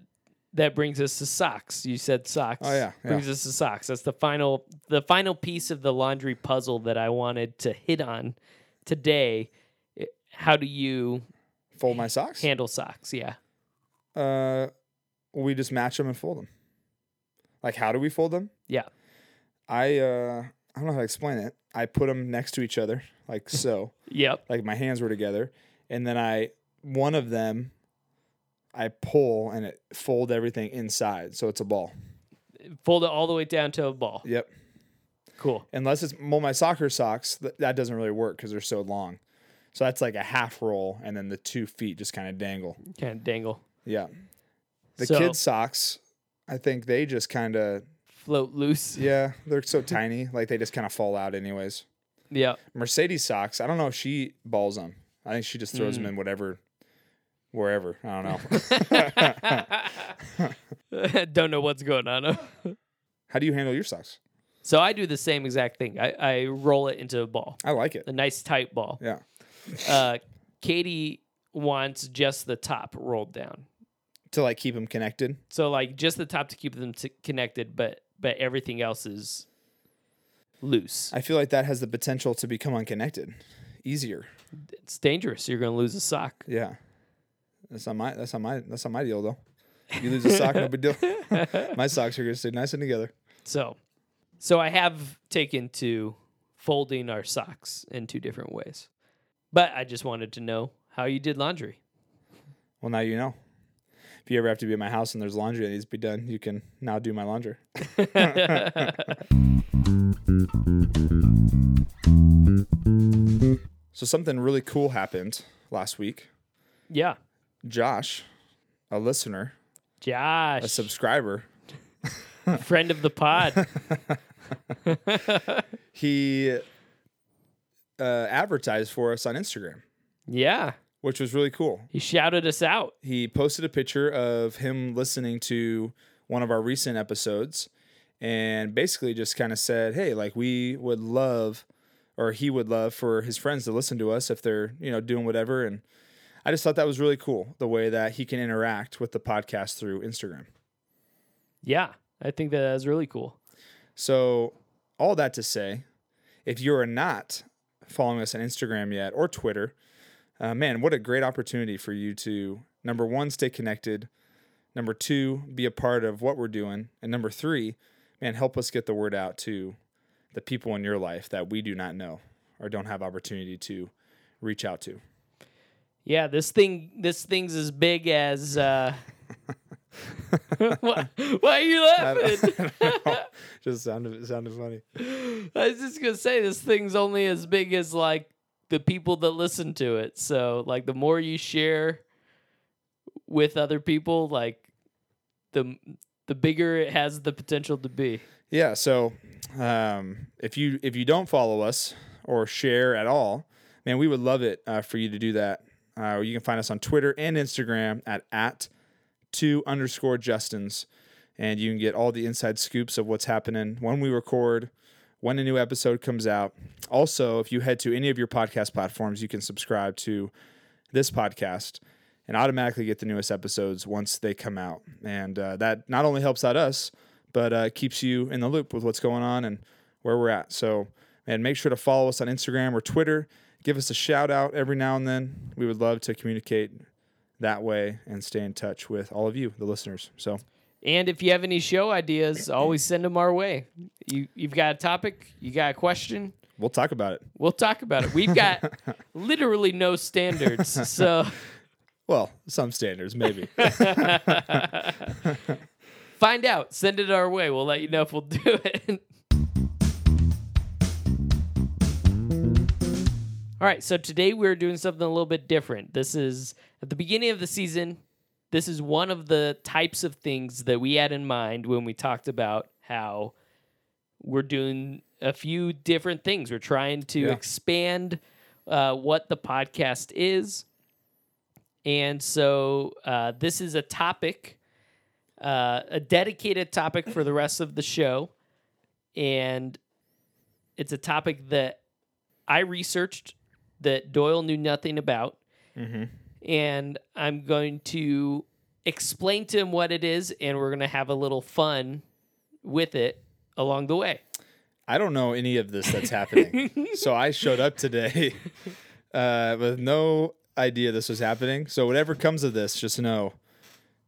S1: that brings us to socks. You said socks.
S2: Oh, yeah, yeah.
S1: Brings us to socks. That's the final the final piece of the laundry puzzle that I wanted to hit on today. How do you
S2: Fold my socks.
S1: handle socks? Yeah.
S2: Uh, we just match them and fold them. Like, how do we fold them?
S1: Yeah.
S2: I uh, I don't know how to explain it. I put them next to each other, like so,
S1: Yep.
S2: like my hands were together, and then I one of them, I pull and it fold everything inside, so it's a ball.
S1: Fold it all the way down to a ball.
S2: Yep.
S1: Cool.
S2: Unless it's well, my soccer socks, th- that doesn't really work because they're so long. So that's like a half roll, and then the two feet just kind of dangle.
S1: Kind of dangle.
S2: Yeah. The
S1: So-
S2: kids' socks, I think they just kind of
S1: Float loose.
S2: Yeah, they're so tiny. Like they just kind of fall out, anyways.
S1: Yep.
S2: Mercedes socks. I don't know if she balls them. I think she just throws them in whatever, wherever. I don't know.
S1: Don't know what's going on.
S2: How do you handle your socks?
S1: so I do the same exact thing. I, I roll it into a ball,
S2: I like it.
S1: a nice tight ball.
S2: Yeah.
S1: Uh, Katie wants just the top rolled down.
S2: To like keep them connected.
S1: So like just the top to keep them t- connected, but but everything else is loose.
S2: I feel like that has the potential to become unconnected, easier.
S1: It's dangerous. You're gonna lose a sock.
S2: Yeah. That's not my. That's not my. That's not my deal though. You lose a sock, no big deal. my socks are gonna stay nice and together.
S1: So so I have taken to folding our socks in two different ways. But I just wanted to know how you did laundry.
S2: Well, now you know. If you ever have to be at my house and there's laundry that needs to be done, you can now do my laundry. so something really cool happened last week.
S1: Yeah.
S2: Josh, a listener,
S1: Josh,
S2: a subscriber,
S1: friend of the pod.
S2: he uh, advertised for us on Instagram,
S1: yeah.
S2: which was really cool.
S1: He shouted us out.
S2: he posted a picture of him listening to one of our recent episodes and basically just kind of said, "Hey, like we would love or he would love for his friends to listen to us if they're, you know, doing whatever." And I just thought that was really cool the way that he can interact with the podcast through Instagram.
S1: Yeah. I think that that was really cool.
S2: So, all that to say, if you're not following us on Instagram yet or Twitter, uh, man, what a great opportunity for you to number one, stay connected, number two, be a part of what we're doing, and number three, man, help us get the word out to the people in your life that we do not know or don't have opportunity to reach out to.
S1: Yeah, this thing this thing's as big as uh why, why are you laughing?
S2: Just sounded sounded funny.
S1: I was just gonna say this thing's only as big as like the people that listen to it. So like the more you share with other people, like the the bigger it has the potential to be.
S2: Yeah. So um, if you if you don't follow us or share at all, man, we would love it uh, for you to do that. Uh, you can find us on Twitter and Instagram at at two underscore Justins, and you can get all the inside scoops of what's happening when we record, when a new episode comes out. Also, if you head to any of your podcast platforms, you can subscribe to this podcast and automatically get the newest episodes once they come out. And uh, that not only helps out us, but uh, keeps you in the loop with what's going on and where we're at. So, and make sure to follow us on Instagram or Twitter. Give us a shout out every now and then. We would love to communicate that way and stay in touch with all of you, the listeners. So,
S1: And if you have any show ideas, always send them our way. You you've got a topic, you got a question,
S2: we'll talk about it.
S1: we'll talk about it. We've got literally no standards. So
S2: Well, some standards, maybe.
S1: find out, send it our way. We'll let you know if we'll do it. All right, so today we're doing something a little bit different. This is at the beginning of the season. This is one of the types of things that we had in mind when we talked about how we're doing a few different things. We're trying to
S2: Yeah.
S1: expand uh, what the podcast is. And so uh, this is a topic, uh, a dedicated topic for the rest of the show. And it's a topic that I researched
S2: Mm-hmm.
S1: that Doyle knew nothing about. And I'm going to explain to him what it is, and we're gonna have a little fun with it along the way.
S2: I don't know any of this that's happening. so I showed up today uh, with no idea this was happening. So whatever comes of this, just know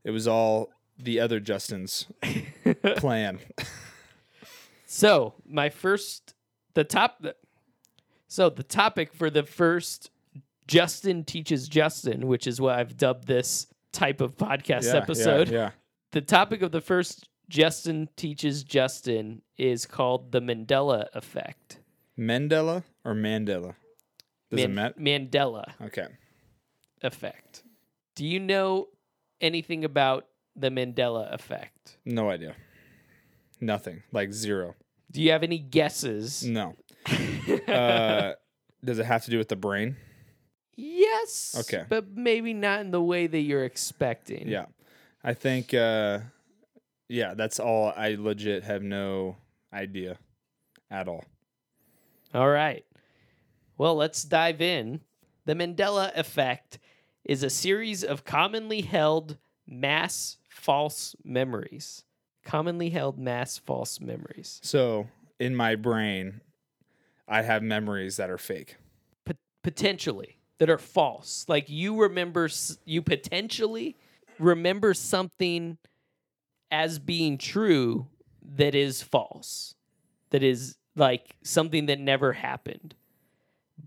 S2: it was all the other Justin's plan.
S1: So my first, the top, so the topic for the first Justin teaches Justin, which is what I've dubbed this type of podcast
S2: Yeah,
S1: episode.
S2: Yeah.
S1: The topic of the first Justin teaches Justin is called the Mandela effect.
S2: yeah. Mandela or Mandela? Does it
S1: Man-
S2: matter?
S1: Mandela
S2: Okay.
S1: effect. Do you know anything about the Mandela effect?
S2: No idea. Nothing. Like zero.
S1: Do you have any guesses?
S2: No. Uh, does it have to do with the brain?
S1: Yes.
S2: Okay.
S1: But maybe not in the way that you're expecting.
S2: Yeah. I think uh yeah, that's all I legit have no idea at all.
S1: All right. Well, let's dive in. The Mandela effect is a series of commonly held mass false memories. Commonly held mass false memories.
S2: So, in my brain, I have memories that are fake.
S1: pot- potentially that are false. Like you remember, s- you potentially remember something as being true that is false, that is like something that never happened.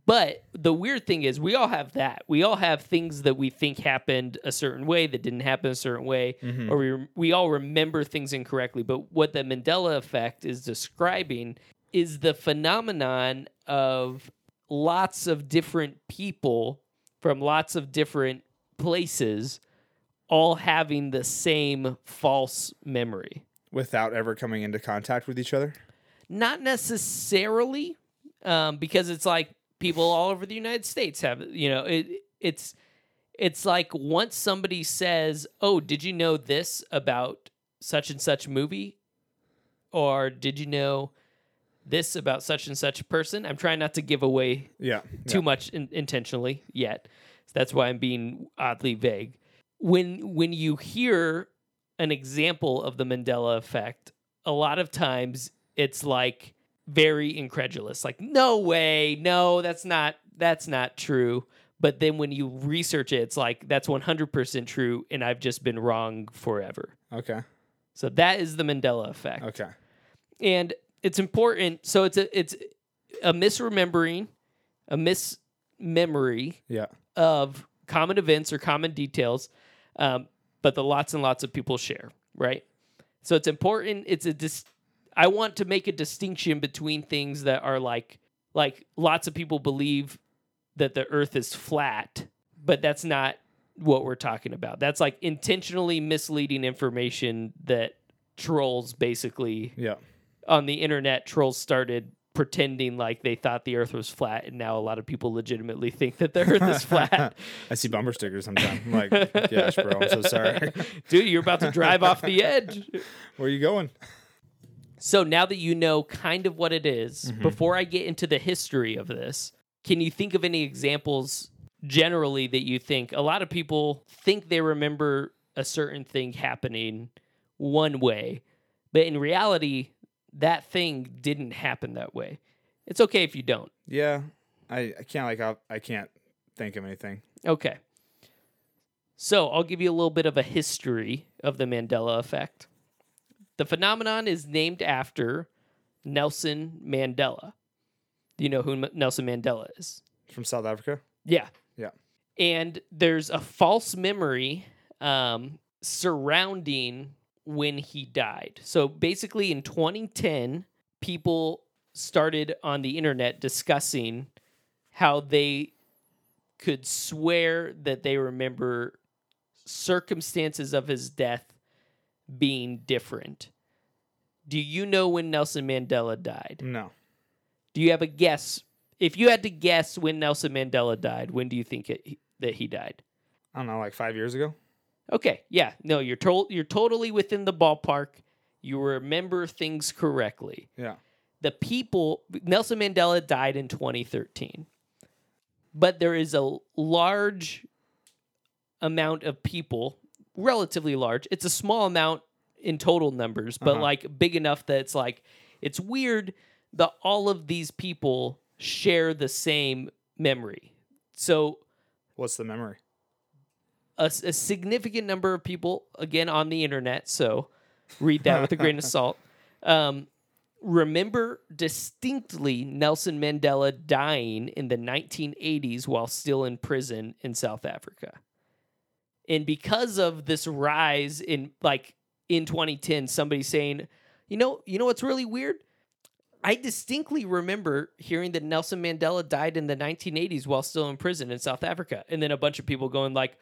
S1: But the weird thing is, we all have that. We all have things that we think happened a certain way that didn't happen a certain way,
S2: Mhm.
S1: or we, rem- we all remember things incorrectly. But what the Mandela effect is describing is the phenomenon of lots of different people from lots of different places all having the same false memory.
S2: Without ever coming into contact with each other?
S1: Not necessarily, um, because it's like people all over the United States have you know it. It's it's like once somebody says, "Oh, did you know this about such and such movie?" or "Did you know this about such and such person?" I'm trying not to give away
S2: Yeah.
S1: too much in- intentionally yet. So that's why I'm being oddly vague. When when you hear an example of the Mandela effect, a lot of times it's like very incredulous, like no way, no, that's not that's not true. But then when you research it, it's like that's 100% true and I've just been wrong forever.
S2: yeah. Okay.
S1: So that is the Mandela effect
S2: Okay.
S1: and it's important so it's a it's a misremembering a mismemory
S2: Yeah.
S1: of common events or common details um, but the lots and lots of people share right so it's important it's a dis- i want to make a distinction between things that are like like lots of people believe that the earth is flat but that's not what we're talking about that's like intentionally misleading information that trolls basically
S2: Yeah.
S1: on the internet, trolls started pretending like they thought the earth was flat, and now a lot of people legitimately think that the earth is flat.
S2: I see bumper stickers sometimes. I'm like, gosh, bro, I'm so sorry.
S1: Dude, you're about to drive off the edge.
S2: Where are you going?
S1: So now that you know kind of what it is,
S2: Mm-hmm.
S1: before I get into the history of this, can you think of any examples generally that you think a lot of people think they remember a certain thing happening one way, but in reality, that thing didn't happen that way? It's okay if you don't.
S2: Yeah. I, I can't like I, I can't think of anything.
S1: Okay. So I'll give you a little bit of a history of the Mandela effect. The phenomenon is named after Nelson Mandela. Do you know who M- Nelson Mandela is?
S2: From South Africa?
S1: Yeah.
S2: Yeah.
S1: And there's a false memory um, surrounding when he died. So basically, in 2010, people started on the internet discussing how they could swear that they remember circumstances of his death being different. Do you know when Nelson Mandela died?
S2: No.
S1: Do you have a guess? If you had to guess when Nelson Mandela died, when do you think it, that he died?
S2: I don't know, like five years ago?
S1: Okay, yeah, no, you're to- you're totally within the ballpark. You remember things correctly.
S2: Yeah.
S1: The people Nelson Mandela died in 2013. But there is a large amount of people relatively large. It's a small amount in total numbers, but
S2: Uh-huh.
S1: like big enough that it's like it's weird that all of these people share the same memory. So
S2: What's the memory?
S1: a, s- a significant number of people again on the internet so read that with a grain of salt um, remember distinctly nelson mandela dying in the 1980s while still in prison in south africa and because of this rise in like in 2010 somebody saying you know you know what's really weird I distinctly remember hearing that Nelson Mandela died in the 1980s while still in prison in South Africa. And then a bunch of people going like,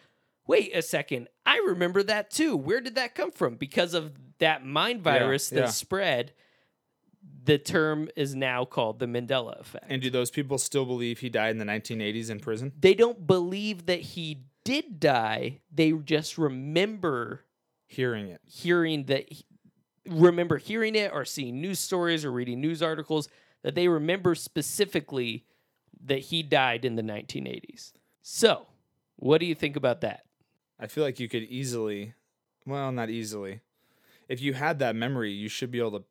S1: wait a second i remember that too where did that come from because of that mind
S2: Yeah,
S1: virus that
S2: yeah.
S1: spread the term is now called the mandela effect
S2: And do those people still believe he died in the 1980s in prison?
S1: they don't believe that he did die they just remember
S2: Hearing it.
S1: hearing that remember hearing it or seeing news stories or reading news articles that they remember specifically that he died in the 1980s so what do you think about that
S2: I feel like you could easily, well, not easily. If you had that memory, you should be able to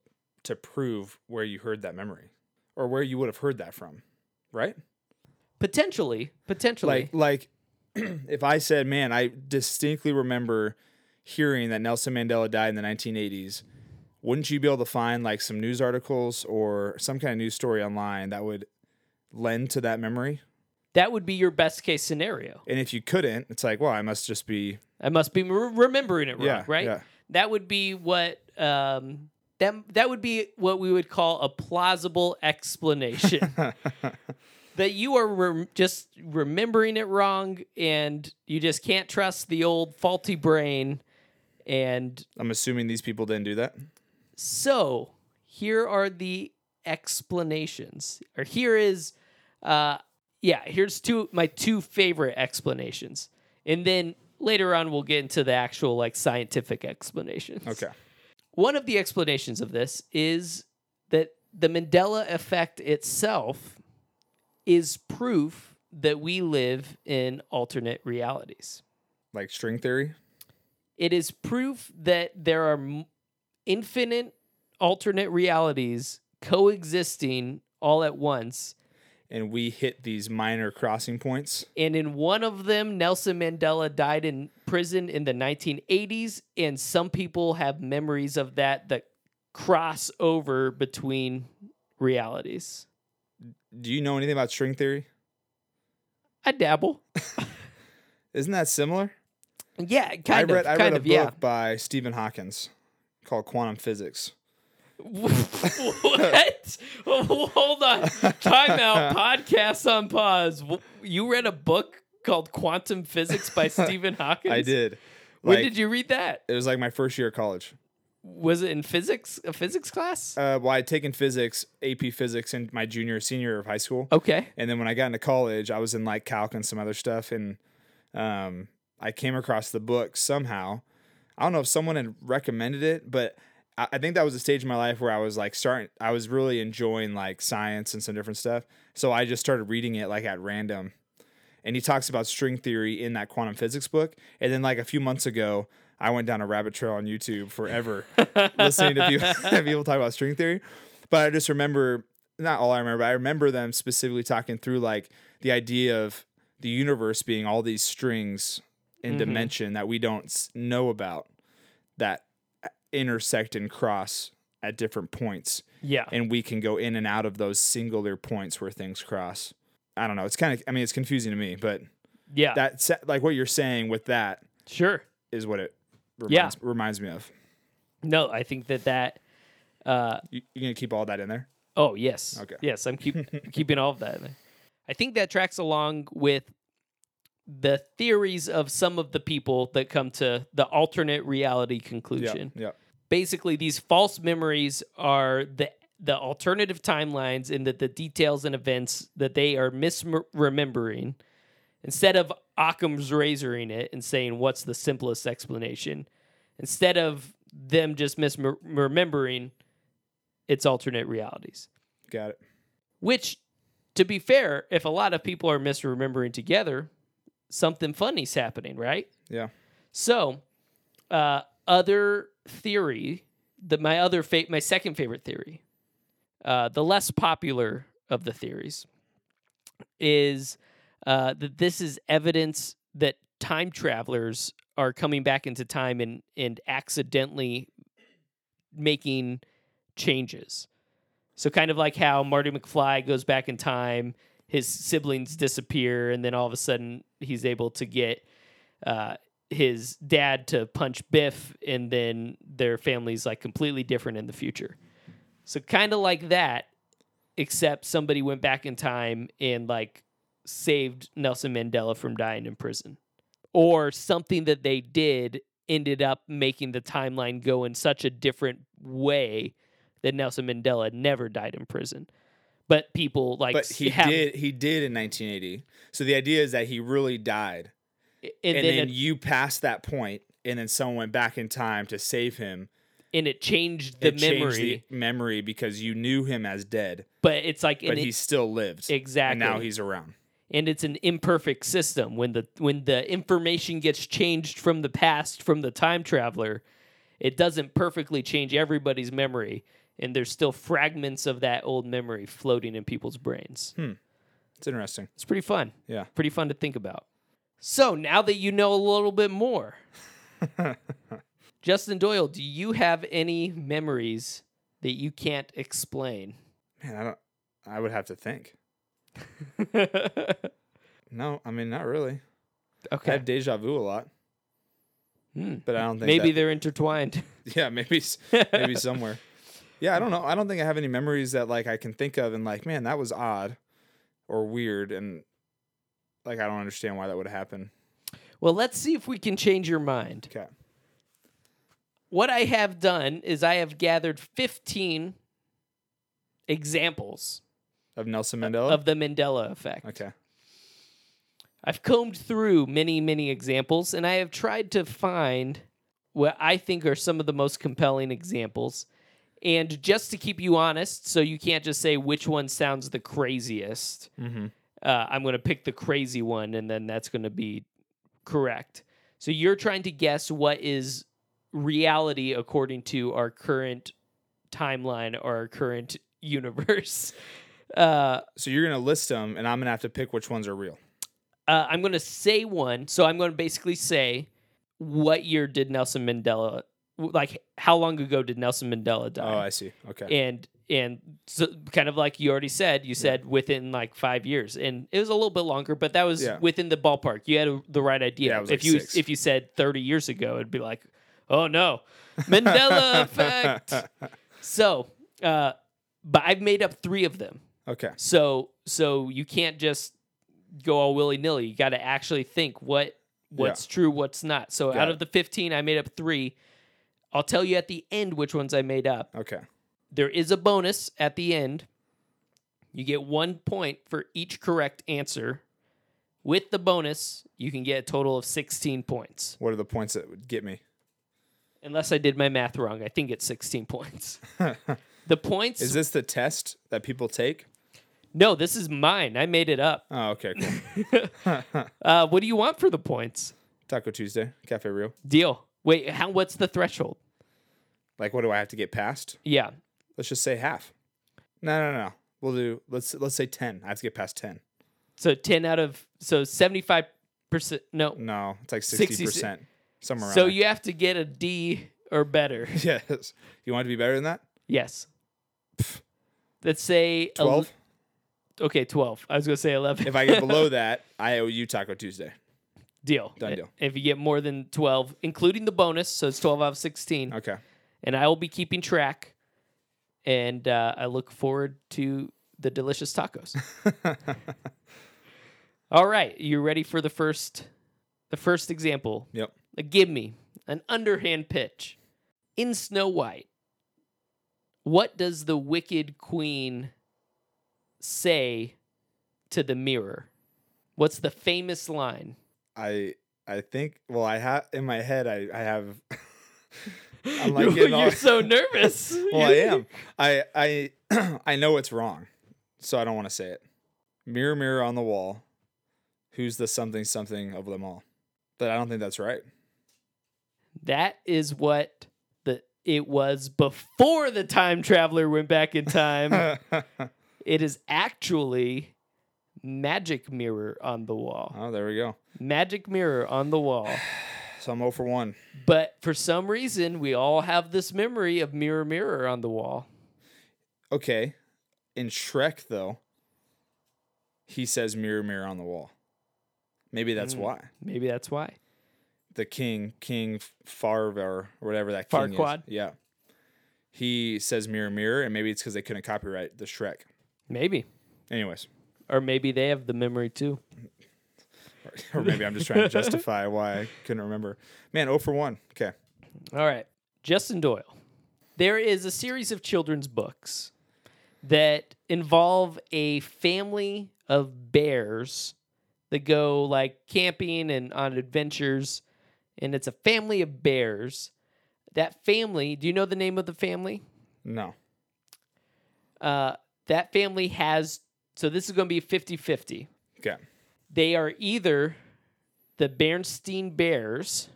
S2: to prove where you heard that memory or where you would have heard that from, right?
S1: potentially potentially
S2: Like like if I said, "Man, I distinctly remember hearing that Nelson Mandela died in the 1980s." Wouldn't you be able to find like some news articles or some kind of news story online that would lend to that memory?
S1: that would be your best case scenario.
S2: And if you couldn't, it's like, well, I must just be
S1: I must be re- remembering it wrong,
S2: yeah,
S1: right?
S2: Yeah.
S1: That would be what um, that that would be what we would call a plausible explanation that you are rem just remembering it wrong, and you just can't trust the old faulty brain. And
S2: I'm assuming these people didn't do that.
S1: so here are the explanations, or here is, uh, yeah, here's two my two favorite explanations, and then later on we'll get into the actual like scientific explanations.
S2: Okay.
S1: One of the explanations of this is that the Mandela effect itself is proof that we live in alternate realities.
S2: Like string theory.
S1: It is proof that there are m- infinite alternate realities coexisting all at once.
S2: And we hit these minor crossing points.
S1: And in one of them, Nelson Mandela died in prison in the 1980s. And some people have memories of that that cross over between realities.
S2: Do you know anything about string theory?
S1: I dabble.
S2: Isn't that similar?
S1: Yeah, kind
S2: I
S1: of.
S2: read I
S1: kind
S2: read
S1: of,
S2: a book by Stephen Hawkins called Quantum Physics.
S1: yeah. what? Oh, Hold on. Time out. Podcast on pause. W- You read a book called Quantum Physics by Stephen Hawking?
S2: I did.
S1: When did you read that?
S2: It was like my first year of college.
S1: Was it in physics, a physics class?
S2: Uh, well, I'd taken physics, AP physics, in my junior, senior year of high school.
S1: Okay.
S2: And then when I got into college, I was in like calc and some other stuff, and um, I came across the book somehow. I don't know if someone had recommended it, but I, I think that was a stage in my life where I was like starting. I was really enjoying like science and some different stuff, so I just started reading it like at random. And he talks about string theory in that quantum physics book. And then like a few months ago, I went down a rabbit trail on YouTube forever listening to people, people talk about string theory. But I just remember, not all I remember, but I remember them specifically talking through like the idea of the universe being all these strings in
S1: Mhm.
S2: dimension that we don't s- know about that uh, intersect and cross at different points.
S1: Yeah.
S2: And we can go in and out of those singular points where things cross. I don't know. It's kind of, I mean, it's confusing to me, but
S1: Yeah.
S2: that, sa- like what you're saying with that
S1: sure.
S2: is what it
S1: Yeah.
S2: reminds, reminds me of.
S1: No, I think that that. Uh,
S2: You, you're going to keep all that in there?
S1: Oh yes.
S2: Okay.
S1: Yes, I'm keep, keeping all of that. I think that tracks along with the theories of some of the people that come to the alternate reality conclusion.
S2: Yeah.
S1: Basically, these false memories are the the alternative timelines and that the details and events that they are misremembering instead of Occam's razoring it and saying what's the simplest explanation instead of them just misremembering it's alternate realities
S2: Got it.
S1: which, to be fair, if a lot of people are misremembering together, something funny's happening, right?
S2: Yeah.
S1: So Uh, other theory, the, my other fa- my second favorite theory, uh, the less popular of the theories, is uh, that this is evidence that time travelers are coming back into time and and accidentally making changes. So kind of like how Marty McFly goes back in time, his siblings disappear, and then all of a sudden he's able to get uh, his dad to punch Biff, and then their family's like completely different in the future. So kind of like that, except somebody went back in time and like saved Nelson Mandela from dying in prison, or something that they did ended up making the timeline go in such a different way that Nelson Mandela never died in prison. But people like
S2: but he
S1: have-
S2: did. He did in 1980. So the idea is that he really died,
S1: and,
S2: and,
S1: then,
S2: then
S1: it,
S2: you passed that point, and then someone went back in time to save him.
S1: and it changed the
S2: It
S1: memory.
S2: changed the memory because you knew him as dead,
S1: but it's like
S2: but
S1: an,
S2: he still lived.
S1: exactly
S2: And now he's around.
S1: and it's an imperfect system when the when the information gets changed from the past from the time traveler it doesn't perfectly change everybody's memory and there's still fragments of that old memory floating in people's brains
S2: Hmm. It's interesting.
S1: it's pretty fun
S2: Yeah.
S1: pretty fun to think about so now that you know a little bit more justin doyle do you have any memories that you can't explain
S2: Man, I don't. I would have to think. No, I mean not really. I
S1: okay
S2: have deja vu a lot,
S1: Hmm.
S2: but I don't think
S1: maybe
S2: that-
S1: they're intertwined
S2: yeah maybe s- maybe somewhere. Yeah, I don't know. I don't think I have any memories that like I can think of and like, man, that was odd or weird and like I don't understand why that would happen.
S1: Well, let's see if we can change your mind.
S2: Okay.
S1: What I have done is I have gathered 15 examples
S2: Of Nelson Mandela?
S1: Uh, of the Mandela effect.
S2: okay.
S1: I've combed through many, many examples, and I have tried to find what I think are some of the most compelling examples. And just to keep you honest, so you can't just say which one sounds the craziest,
S2: Mhm.
S1: uh, I'm going to pick the crazy one, and then that's going to be correct. So you're trying to guess what is reality according to our current timeline or our current universe. Uh,
S2: So you're going to list them and I'm going to have to pick which ones are real.
S1: uh, I'm going to say one. So I'm going to basically say, what year did Nelson Mandela, like, how long ago did Nelson Mandela die?
S2: Oh, I see. Okay.
S1: and and so kind of like you already said you said within like five years and it was a little bit longer but that was
S2: Yeah.
S1: within the ballpark you had a, the right idea
S2: Yeah, it was
S1: if
S2: like
S1: you
S2: six.
S1: if you said 30 years ago it'd be like oh no mandela effect so uh but i've made up three of them
S2: okay.
S1: so so you can't just go all willy-nilly you got to actually think what what's true what's not so
S2: Got
S1: out
S2: it.
S1: of the 15 i made up three i'll tell you at the end which ones i made up
S2: Okay.
S1: there is a bonus at the end. You get one point for each correct answer. With the bonus, you can get a total of 16 points.
S2: What are the points that would get me?
S1: Unless I did my math wrong, I think it's 16 points. the points.
S2: Is this the test that people take?
S1: no, this is mine. I made it up.
S2: Oh, okay, cool.
S1: Uh, what do you want for the points?
S2: Taco Tuesday, Cafe Rio.
S1: Deal. Wait, how, what's the threshold?
S2: Like what do I have to get past?
S1: Yeah.
S2: Let's just say half. No, no, no. We'll do let's let's say 10. I have to get past 10.
S1: So 10 out of, so 75%. No.
S2: No, it's like 60%,
S1: 60
S2: somewhere around.
S1: So
S2: there.
S1: you have to get a D or better.
S2: Yes. You want it to be better than that?
S1: Yes. Let's say el-
S2: 12?
S1: okay, 12. I was going to say 11.
S2: if I get below that, I owe you Taco Tuesday.
S1: deal.
S2: Done deal.
S1: If you get more than 12, including the bonus, so it's 12 out of 16.
S2: Okay.
S1: And I will be keeping track. And uh, I look forward to the delicious tacos. All right, you ready for the first the first example?
S2: Yep.
S1: Uh, Give me an underhand pitch. In Snow White, what does the wicked queen say to the mirror? What's the famous line?
S2: I I think well I have in my head I, I have I'm like
S1: You're,
S2: getting all-
S1: so nervous.
S2: Well I am. I I I know it's wrong, so I don't want to say it. Mirror mirror on the wall, who's the something something of them all? But I don't think that's right.
S1: That is what the it was before the time traveler went back in time.
S2: oh,
S1: it is actually magic mirror on the wall.
S2: Oh, there we go.
S1: Magic mirror on the wall.
S2: So I'm 0 for 1.
S1: But for some reason, we all have this memory of mirror mirror on the wall.
S2: Okay. In Shrek, though, he says mirror, mirror on the wall. Maybe that's
S1: Mm.
S2: why.
S1: Maybe that's why.
S2: The king, King Farvar, or whatever that king is.
S1: Farquaad?
S2: Yeah. He says mirror, mirror, and maybe it's because they couldn't copyright the Shrek.
S1: Maybe.
S2: Anyways,
S1: Or maybe they have the memory too.
S2: or maybe I'm just trying to justify why I couldn't remember. Man, 0 for 1. Okay.
S1: All right. Justin Doyle. There is a series of children's books that involve a family of bears that go like camping and on adventures. And it's a family of bears. That family, do you know the name of the family?
S2: No.
S1: Uh, that family has, so this is going to be 50 50.
S2: Okay.
S1: They are either the Bernstein Bears,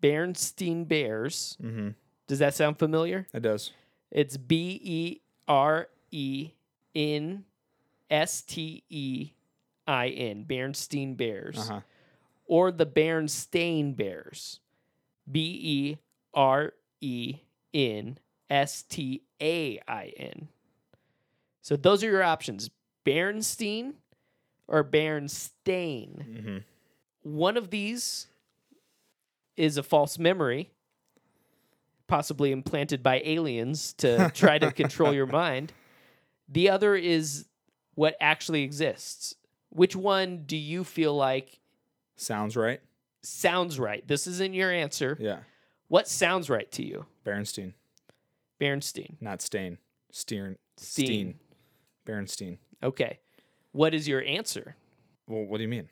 S1: Bernstein Bears.
S2: Mm-hmm.
S1: Does that sound familiar?
S2: It does.
S1: It's B E R E N S T E I N, Bernstein Bears,
S2: Uh huh.
S1: or the Bernstein Bears, B E R E N S T A I N. So those are your options Bernstein or Bernstein.
S2: Mm-hmm.
S1: One of these is a false memory, possibly implanted by aliens to try to control your mind. The other is what actually exists. Which one do you feel like
S2: Sounds right.
S1: sounds right? This isn't your answer.
S2: Yeah.
S1: What sounds right to you?
S2: Berenstein,
S1: Bernstein.
S2: not Stain. Steern.
S1: Steen.
S2: Steen. Berenstein.
S1: Okay. What is your answer?
S2: Well, what do you mean?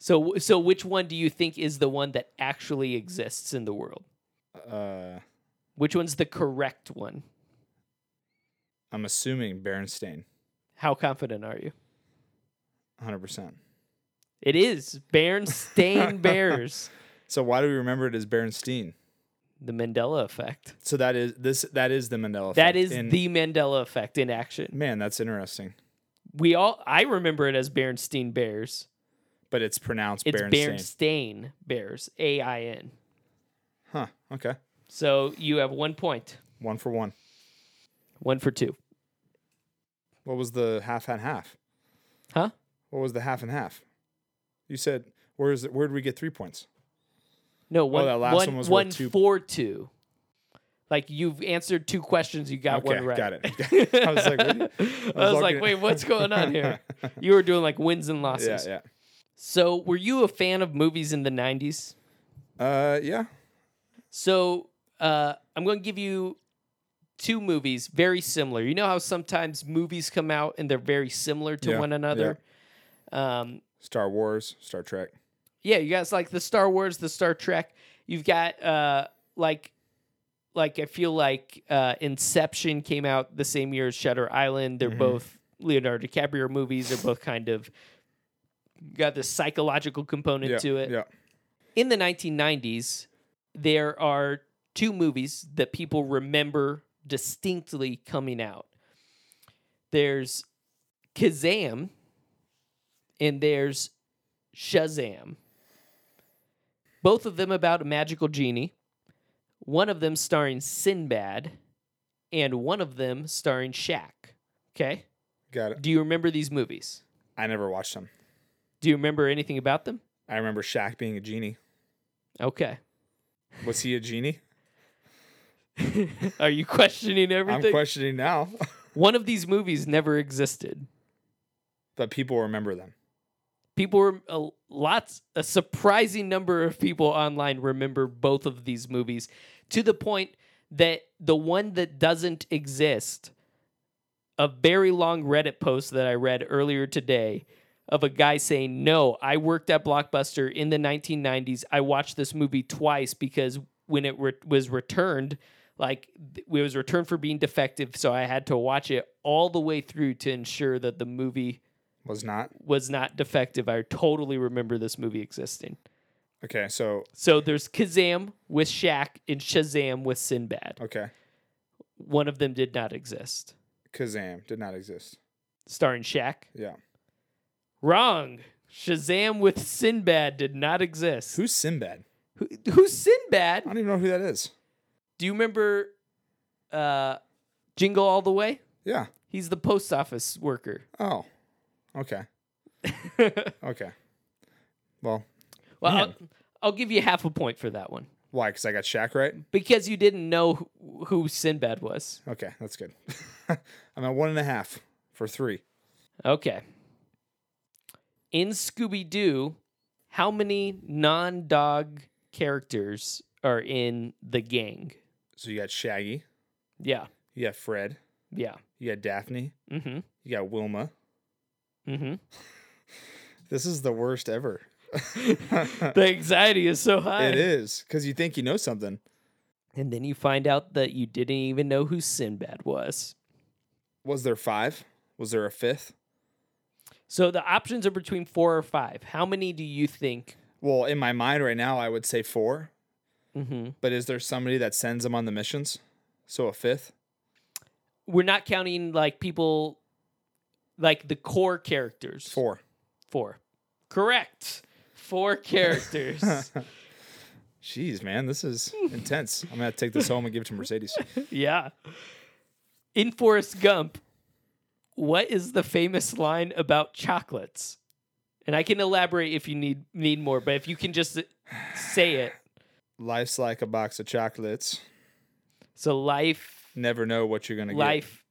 S1: So so which one do you think is the one that actually exists in the world?
S2: Uh,
S1: Which one's the correct one?
S2: I'm assuming Berenstein,
S1: How confident are you?
S2: 100%.
S1: It is Berenstain Bears.
S2: So why do we remember it as Berenstein?
S1: The Mandela effect.
S2: So that is this. That is the Mandela.
S1: That
S2: effect.
S1: is
S2: And-
S1: the Mandela effect in action.
S2: man. That's interesting.
S1: We all I remember it as Berenstain Bears.
S2: But it's pronounced
S1: It's
S2: Berenstain.
S1: Berenstain Bears. A I N.
S2: Huh. Okay.
S1: So you have one point.
S2: One for one.
S1: One for two.
S2: What was the half and half?
S1: Huh?
S2: What was the half and half? You said where is it, where did we get three points?
S1: No, one.
S2: Oh, that last
S1: one-
S2: one was worth
S1: one
S2: two.
S1: for two. Like you've answered two questions, you got
S2: okay,
S1: one right.
S2: got it. I was like, what do you-
S1: I was
S2: all
S1: like,
S2: good.
S1: wait, what's going on here? You were doing like wins and losses.
S2: yeah, yeah.
S1: So were you a fan of movies in the nineties?
S2: Uh, yeah.
S1: So uh, I'm going to give you two movies very similar. You know how sometimes movies come out and they're very similar to
S2: Yeah,
S1: one another. Um,
S2: Star Wars, Star Trek.
S1: yeah, you guys like the Star Wars, the Star Trek. You've got uh, like, like I feel like uh, Inception came out the same year as Shutter Island. They're
S2: Mhm.
S1: both Leonardo DiCaprio movies. They're both kind of got this psychological component
S2: yeah,
S1: to it.
S2: Yeah.
S1: in the 1990s, there are two movies that people remember distinctly coming out. There's Kazam and there's Shazam. Both of them about a magical genie, one of them starring Sinbad, and one of them starring Shaq. Okay?
S2: Got it.
S1: Do you remember these movies?
S2: I never watched them.
S1: Do you remember anything about them?
S2: I remember Shaq being a genie.
S1: Okay.
S2: Was he a genie?
S1: Are you questioning everything?
S2: I'm questioning now,
S1: One of these movies never existed.
S2: but people remember them.
S1: People were a, lots a surprising number of people online remember both of these movies to the point that the one that doesn't exist a very long Reddit post that I read earlier today of a guy saying, "No, I worked at Blockbuster in the 1990s. I watched this movie twice because when it re- was returned, like th- it was returned for being defective, so I had to watch it all the way through to ensure that the movie
S2: Was not.
S1: was not defective. I totally remember this movie existing.
S2: Okay, so
S1: So there's Kazam with Shaq and Shazam with Sinbad.
S2: okay,
S1: One of them did not exist.
S2: Kazam did not exist.
S1: Starring Shaq.
S2: Yeah,
S1: Wrong. Shazam with Sinbad did not exist.
S2: who's Sinbad?
S1: Who, who's
S2: I
S1: Sinbad?
S2: don't even know who that is.
S1: Do you remember uh, Jingle All the Way?
S2: Yeah.
S1: He's the post office worker.
S2: Oh. Okay.
S1: well,
S2: Okay. Well,
S1: I'll,
S2: Man.
S1: I'll give you half a point for that one
S2: why? Because I got Shaq right.
S1: because you didn't know who, who Sinbad was.
S2: Okay, that's good. I'm at one and a half for three.
S1: Okay. In Scooby Doo, how many non dog characters are in the gang?
S2: So you got Shaggy,
S1: Yeah.
S2: you got Fred,
S1: Yeah.
S2: you got Daphne,
S1: Mm
S2: you got Wilma.
S1: hmm. Mm
S2: This is the worst ever.
S1: hmm. the anxiety is so high.
S2: It is because you think you know something.
S1: And then you find out that you didn't even know who Sinbad was.
S2: Was there five? Was there a fifth?
S1: So the options are between four or five. How many do you think?
S2: Well, in my mind right now, I would say four.
S1: hmm
S2: But is there somebody that sends them on the missions? So a fifth?
S1: We're not counting like people, like the core characters.
S2: Four.
S1: Four. Correct. Four characters.
S2: Jeez, man, this is intense. I'm gonna take this home and give it to Mercedes.
S1: yeah. In Forrest Gump, what is the famous line about chocolates? And I can elaborate if you need need more, but if you can just say it.
S2: Life's like a box of chocolates.
S1: So life
S2: Never know what you're gonna
S1: life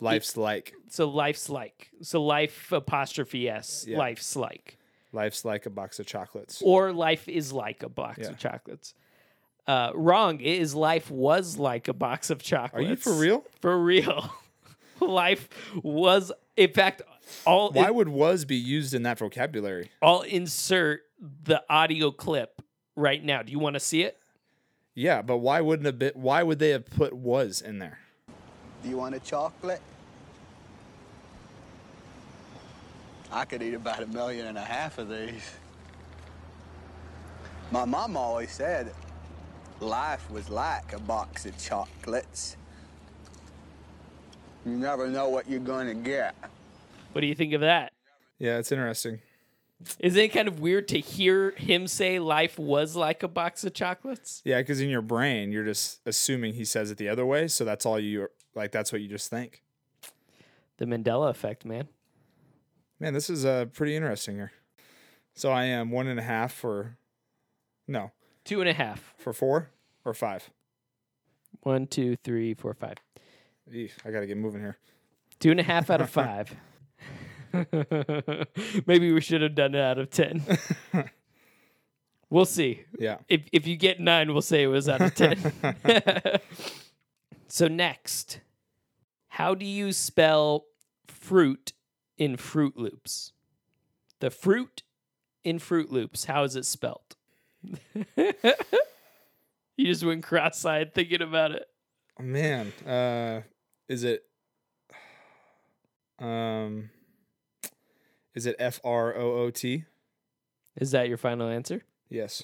S2: get. Life's like.
S1: So life's like. So life apostrophe s.
S2: Yeah.
S1: Life's like.
S2: Life's like a box of chocolates.
S1: Or life is like a box
S2: Yeah.
S1: of chocolates. Uh, wrong. It is life was like a box of
S2: Are
S1: chocolates.
S2: you for real?
S1: For real. life was. In fact, all
S2: Why would was be used in that vocabulary?
S1: I'll insert the audio clip right now. Do you want to see it?
S2: Yeah, but why wouldn't a bit? Why would they have put was in there?
S3: Do you want a chocolate? I could eat about a million and a half of these. My mom always said life was like a box of chocolates. You never know what you're gonna get.
S1: What do you think of that?
S2: Yeah, it's interesting.
S1: Isn't it kind of weird to hear him say life was like a box of chocolates?
S2: Yeah, because in your brain, you're just assuming he says it the other way, so that's all you like. That's what you just think.
S1: The Mandela effect, man.
S2: Man, this is uh, pretty interesting here. So I am one and a half for, no,
S1: Two and a half.
S2: for four or five.
S1: One, two, three, four, five.
S2: Eef, I gotta get moving here.
S1: Two and a half out of five. Maybe we should have done it out of ten. we'll see.
S2: Yeah.
S1: If if you get nine, we'll say it was out of ten. so next, how do you spell fruit in Fruit Loops? The fruit in Fruit Loops. How is it spelled? you just went cross-eyed thinking about it.
S2: Oh, Man, uh, is it, um, is it F R O O T?
S1: Is that your final answer?
S2: Yes.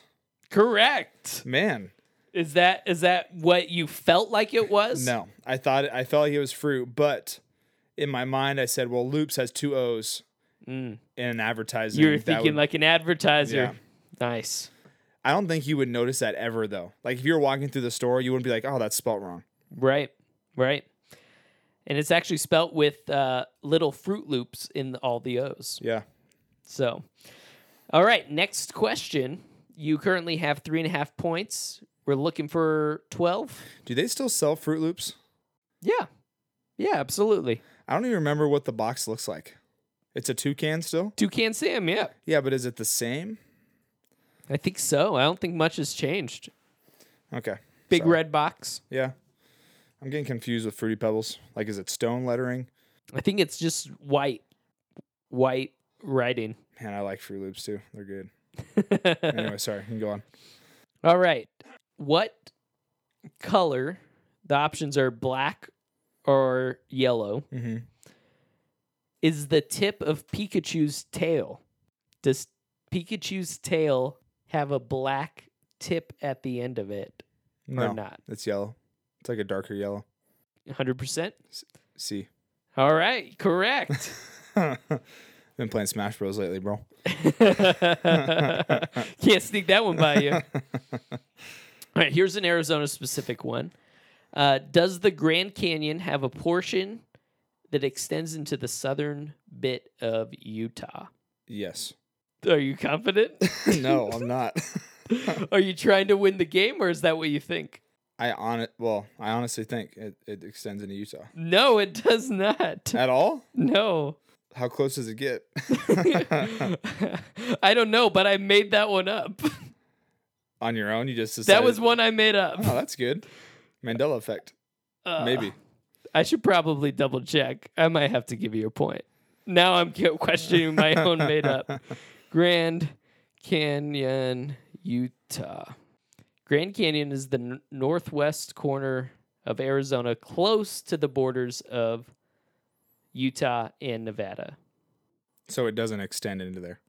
S1: Correct.
S2: Man,
S1: Is that is that what you felt like it was?
S2: no, I thought it, I felt like it was fruit, but in my mind, I said, well, Loops has two O's
S1: Mm.
S2: in advertising.
S1: You're
S2: that
S1: thinking
S2: would-
S1: like an advertiser.
S2: Yeah.
S1: Nice.
S2: I don't think you would notice that ever though. Like if you were walking through the store, you wouldn't be like, "Oh, that's spelt wrong."
S1: Right. Right. And it's actually spelt with uh, little Fruit Loops in all the O's.
S2: Yeah.
S1: So, all right. Next question. You currently have three and a half points. We're looking for twelve.
S2: Do they still sell Fruit Loops?
S1: Yeah. Yeah. Absolutely.
S2: I don't even remember what the box looks like. It's a toucan still?
S1: Toucan Sam. Yeah.
S2: Yeah, but is it the same?
S1: I think so. I don't think much has changed.
S2: Okay.
S1: Big
S2: Sorry.
S1: red box.
S2: Yeah. I'm getting confused with Fruity Pebbles. Like is it stone lettering?
S1: I think it's just white, white writing.
S2: Man, I like Fruit Loops too. They're good. anyway, sorry. You can go on.
S1: All right. What color? The options are black or yellow.
S2: Mm-hmm.
S1: Is the tip of Pikachu's tail? Does Pikachu's tail have a black tip at the end of it
S2: No,
S1: or not?
S2: it's yellow. It's like a darker yellow.
S1: 100%?
S2: See,
S1: All right, correct.
S2: been playing Smash Bros lately, bro.
S1: Can't sneak that one by you. All right, here's an Arizona specific one. Uh, does the Grand Canyon have a portion that extends into the southern bit of Utah?
S2: Yes.
S1: Are you confident?
S2: no, I'm not.
S1: Are you trying to win the game or is that what you think?
S2: I on it. Well, I honestly think it, it extends into Utah
S1: No, it does not.
S2: at all.
S1: No.
S2: How close does it get?
S1: I don't know, but I made that one up.
S2: on your own, you just
S1: That
S2: decided,
S1: was one I made
S2: Oh,
S1: up.
S2: that's good. Mandela effect,
S1: Uh,
S2: maybe.
S1: I should probably double check. I might have to give you a point. Now I'm cu- questioning my own made up. Grand Canyon, Utah. Grand Canyon is the n- northwest corner of Arizona, close to the borders of Utah and Nevada.
S2: So it doesn't extend into there.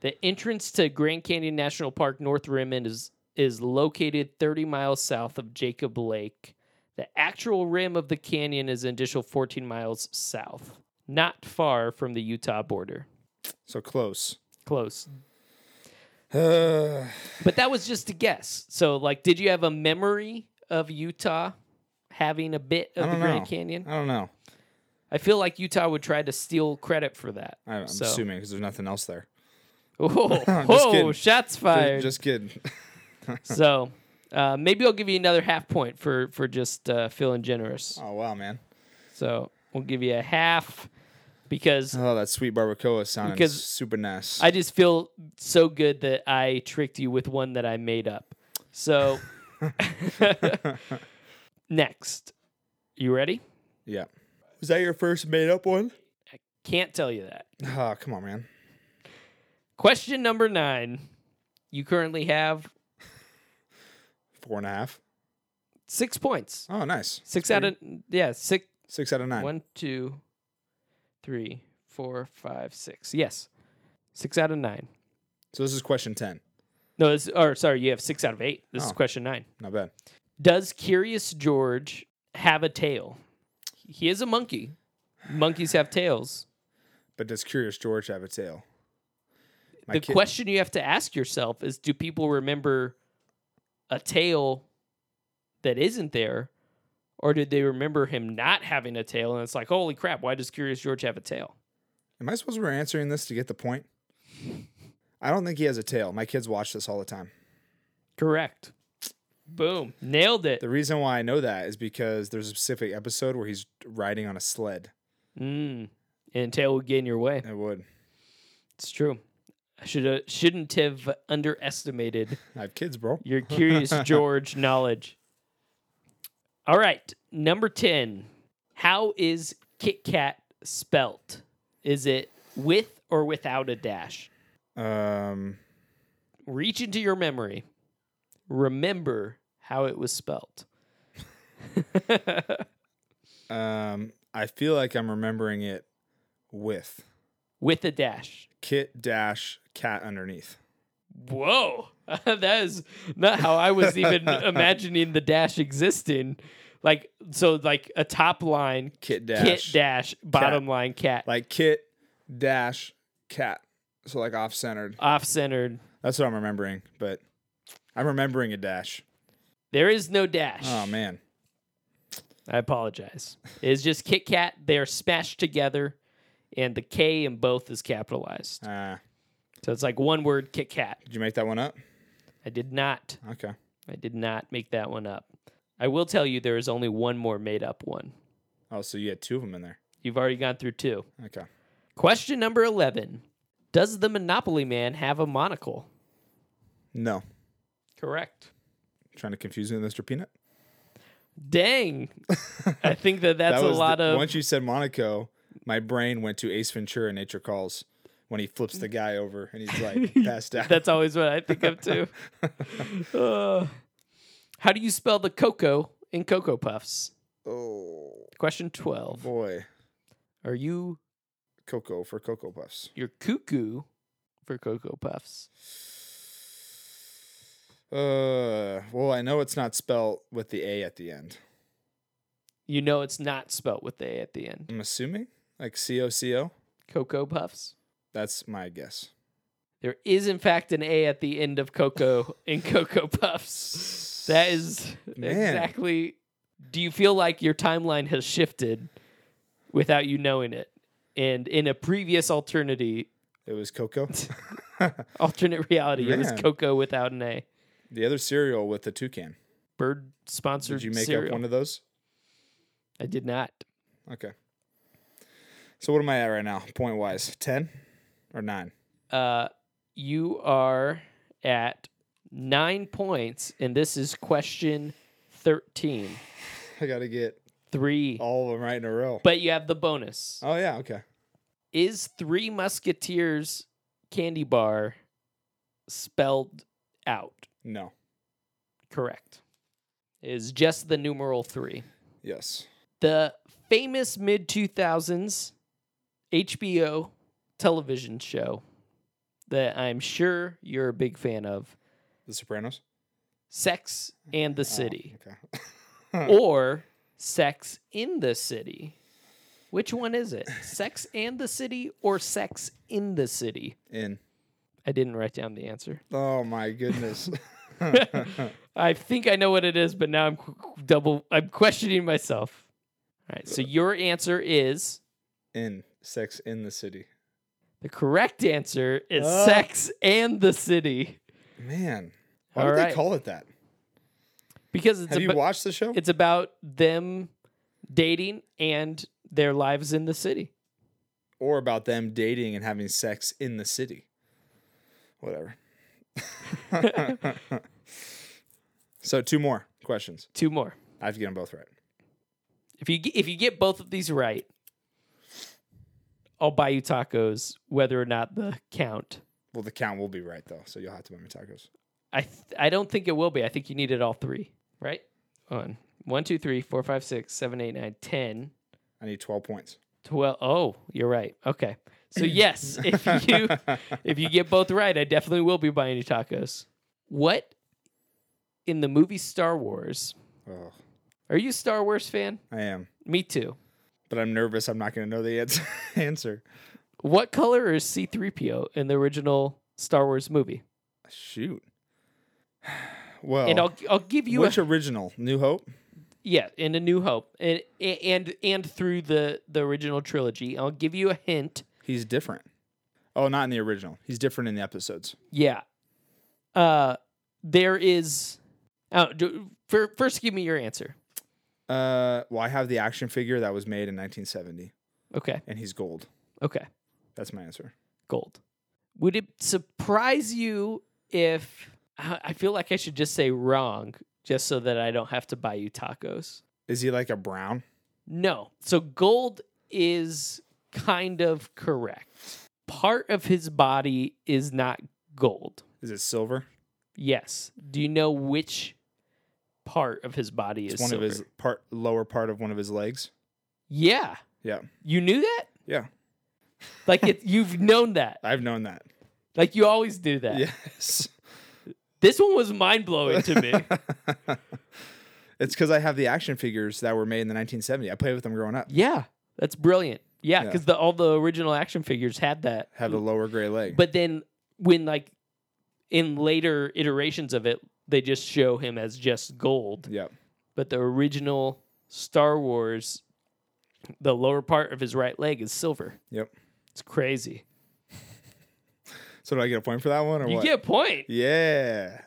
S1: The entrance to Grand Canyon National Park North Rim end is is located 30 miles south of Jacob Lake. The actual rim of the canyon is an additional 14 miles south, not far from the Utah border.
S2: So close.
S1: Close.
S2: Uh,
S1: But that was just a guess. So like did you have a memory of Utah having a bit
S2: I
S1: of the
S2: don't
S1: Grand
S2: know.
S1: Canyon?
S2: I don't know.
S1: I feel like Utah would try to steal credit for that.
S2: I- I'm assuming
S1: So-
S2: 'cause assuming because there's nothing else there.
S1: Whoa,
S2: kidding.
S1: whoa shots fired.
S2: Just, just kidding.
S1: So uh, maybe I'll give you another half point for for just uh, feeling generous.
S2: Oh wow, man.
S1: So we'll give you a half because
S2: Oh, that sweet barbacoa sounded
S1: Because
S2: super nice.
S1: I just feel so good that I tricked you with one that I made up. So next, you ready?
S2: yeah. Was that your first made up one?
S1: Can't tell you that.
S2: Oh, come on, man.
S1: Question number nine. You currently have
S2: Four and a half.
S1: six points.
S2: Oh, nice.
S1: Six out of yeah six
S2: Six out of nine.
S1: One, two, three, four, five, six. Yes. Six out of nine.
S2: So this is question ten.
S1: No, this or sorry, you have six out of eight. This is
S2: Oh.
S1: question nine.
S2: Not bad.
S1: Does Curious George have a tail? He is a monkey. Monkeys have tails.
S2: But does Curious George have a tail? My
S1: the
S2: kid-
S1: question you have to ask yourself is do people remember a tail that isn't there? Or did they remember him not having a tail? And it's like, holy crap, why does Curious George have a tail?
S2: Am I supposed to be answering this to get the point? I don't think he has a tail. My kids watch this all the time.
S1: Correct. Boom. Nailed it.
S2: The reason why I know that is because there's a specific episode where he's riding on a sled.
S1: Mm. And tail would get in your way.
S2: It would.
S1: It's true. I should uh, shouldn't have underestimated
S2: I have kids, bro.
S1: your curious George knowledge. All right, number ten. How is Kit Kat spelt? Is it with or without a dash?
S2: Um,
S1: Reach into your memory. Remember how it was spelt.
S2: um, I feel like I'm remembering it with
S1: with a dash.
S2: kit dash cat underneath.
S1: whoa that is not how i was even imagining the dash existing like so like a top line
S2: Kit dash.
S1: kit dash bottom line cat
S2: Like kit dash cat. So like off centered.
S1: off centered
S2: That's what I'm remembering, but I'm remembering a dash.
S1: there is no dash
S2: Oh man.
S1: i apologize it's just kit kat they're smashed together and the k in both is capitalized
S2: Uh,
S1: so it's like one word kit kat
S2: did you make that one up?
S1: i did not
S2: Okay.
S1: i did not make that one up i will tell you there is only one more made up one
S2: Oh, so you had two of them in there.
S1: you've already gone through two
S2: Okay.
S1: Question number 11 Does the Monopoly Man have a monocle?
S2: No.
S1: Correct.
S2: trying to confuse me with Mr. Peanut.
S1: Dang. I think that that's
S2: That
S1: a
S2: was the-
S1: lot of.
S2: Once you said Monaco, my brain went to Ace Ventura: Nature Calls when he flips the guy over and he's like passed out.
S1: that's always what I think of too. Uh, how do you spell the cocoa in Cocoa Puffs?
S2: oh
S1: Question 12
S2: boy,
S1: Are you
S2: Coco for Cocoa Puffs.
S1: your cuckoo for Cocoa Puffs?
S2: Uh, well, I know it's not spelt with the A at the end.
S1: You know it's not spelt with the A at the end.
S2: I'm assuming like C O C O.
S1: Cocoa Puffs.
S2: That's my guess.
S1: There is in fact an A at the end of Cocoa in Cocoa Puffs. That is
S2: Man.
S1: exactly. Do you feel like your timeline has shifted without you knowing it? And in a previous alternity,
S2: It was cocoa.
S1: alternate reality, it was
S2: Man.
S1: Cocoa without an A.
S2: the other cereal with the toucan.
S1: Bird sponsored
S2: Did you make
S1: cereal.
S2: up one of those?
S1: I did not.
S2: Okay. So what am I at right now, point wise? Ten or nine?
S1: Uh, you are at nine points, and this is question 13.
S2: I gotta get
S1: Three.
S2: all of them right in a row.
S1: But you have the bonus.
S2: oh yeah, okay.
S1: Is Three Musketeers candy bar spelled out?
S2: No.
S1: Correct. Is just the numeral three.
S2: Yes.
S1: The famous mid 2000s HBO television show that I'm sure you're a big fan of
S2: The Sopranos.
S1: Sex and the
S2: Oh,
S1: City,
S2: okay.
S1: or Sex in the City. Which one is it? Sex and the City or Sex in the City?
S2: In.
S1: I didn't write down the answer.
S2: Oh my goodness.
S1: I think I know what it is, but now I'm qu- qu- double. I'm questioning myself. All right. So your answer is
S2: in Sex in the City.
S1: the correct answer is
S2: Oh.
S1: Sex and the City
S2: Man, why
S1: All
S2: would
S1: right.
S2: they call it that?
S1: because it's
S2: Have you
S1: abo-
S2: watched the show?
S1: it's about them dating and their lives in the city.
S2: or about them dating and having sex in the city. Whatever. so two more questions.
S1: Two more.
S2: I have to get them both right.
S1: If you g- if you get both of these right, I'll buy you tacos, whether or not the count.
S2: Well, the count will be right though, so you'll have to buy me tacos.
S1: I th- I don't think it will be. I think you needed all three, right? On one, two, three, four, five, six, seven, eight, nine, ten,
S2: I need twelve points.
S1: twelve. Oh, you're right. Okay. So yes, if you if you get both right, I definitely will be buying you tacos. What in the movie Star Wars?
S2: Oh,
S1: Are you a Star Wars fan?
S2: I am,
S1: Me too.
S2: but I'm nervous. I'm not going to know the ans- answer.
S1: What color is C3PO in the original Star Wars movie?
S2: Shoot. Well,
S1: And I'll I'll give you a
S2: which original? New Hope.
S1: Yeah, in A New Hope, and and and through the the original trilogy. I'll give you a hint.
S2: He's different. Oh, not in the original. He's different in the episodes.
S1: Yeah, uh, there is. Oh, do, fir- first, give me your answer.
S2: Uh, well, I have the action figure that was made in 1970,
S1: Okay,
S2: and he's gold.
S1: okay,
S2: That's my answer.
S1: gold. Would it surprise you if I I feel like I should just say wrong, just so that I don't have to buy you tacos?
S2: Is he like a brown?
S1: No. So gold is kind of correct. Part of his body is not gold.
S2: Is it silver?
S1: Yes. Do you know which part of his body
S2: It's
S1: is
S2: one
S1: silver?
S2: of his part lower part of one of his legs.
S1: Yeah.
S2: Yeah,
S1: You knew that?
S2: yeah.
S1: Like it, you've known that.
S2: I've known that.
S1: Like you always do that.
S2: Yes,
S1: This one was mind blowing to me.
S2: it's because I have the action figures that were made in the 1970. I played with them growing up.
S1: yeah. That's brilliant. Yeah,
S2: Yeah.
S1: because the all the original action figures had that.
S2: Have the lower gray leg.
S1: But then when like in later iterations of it, they just show him as just gold.
S2: yeah,
S1: But the original Star Wars, the lower part of his right leg is silver.
S2: yep.
S1: It's crazy.
S2: So do I get a point for that one or
S1: You
S2: what?
S1: get a point.
S2: yeah,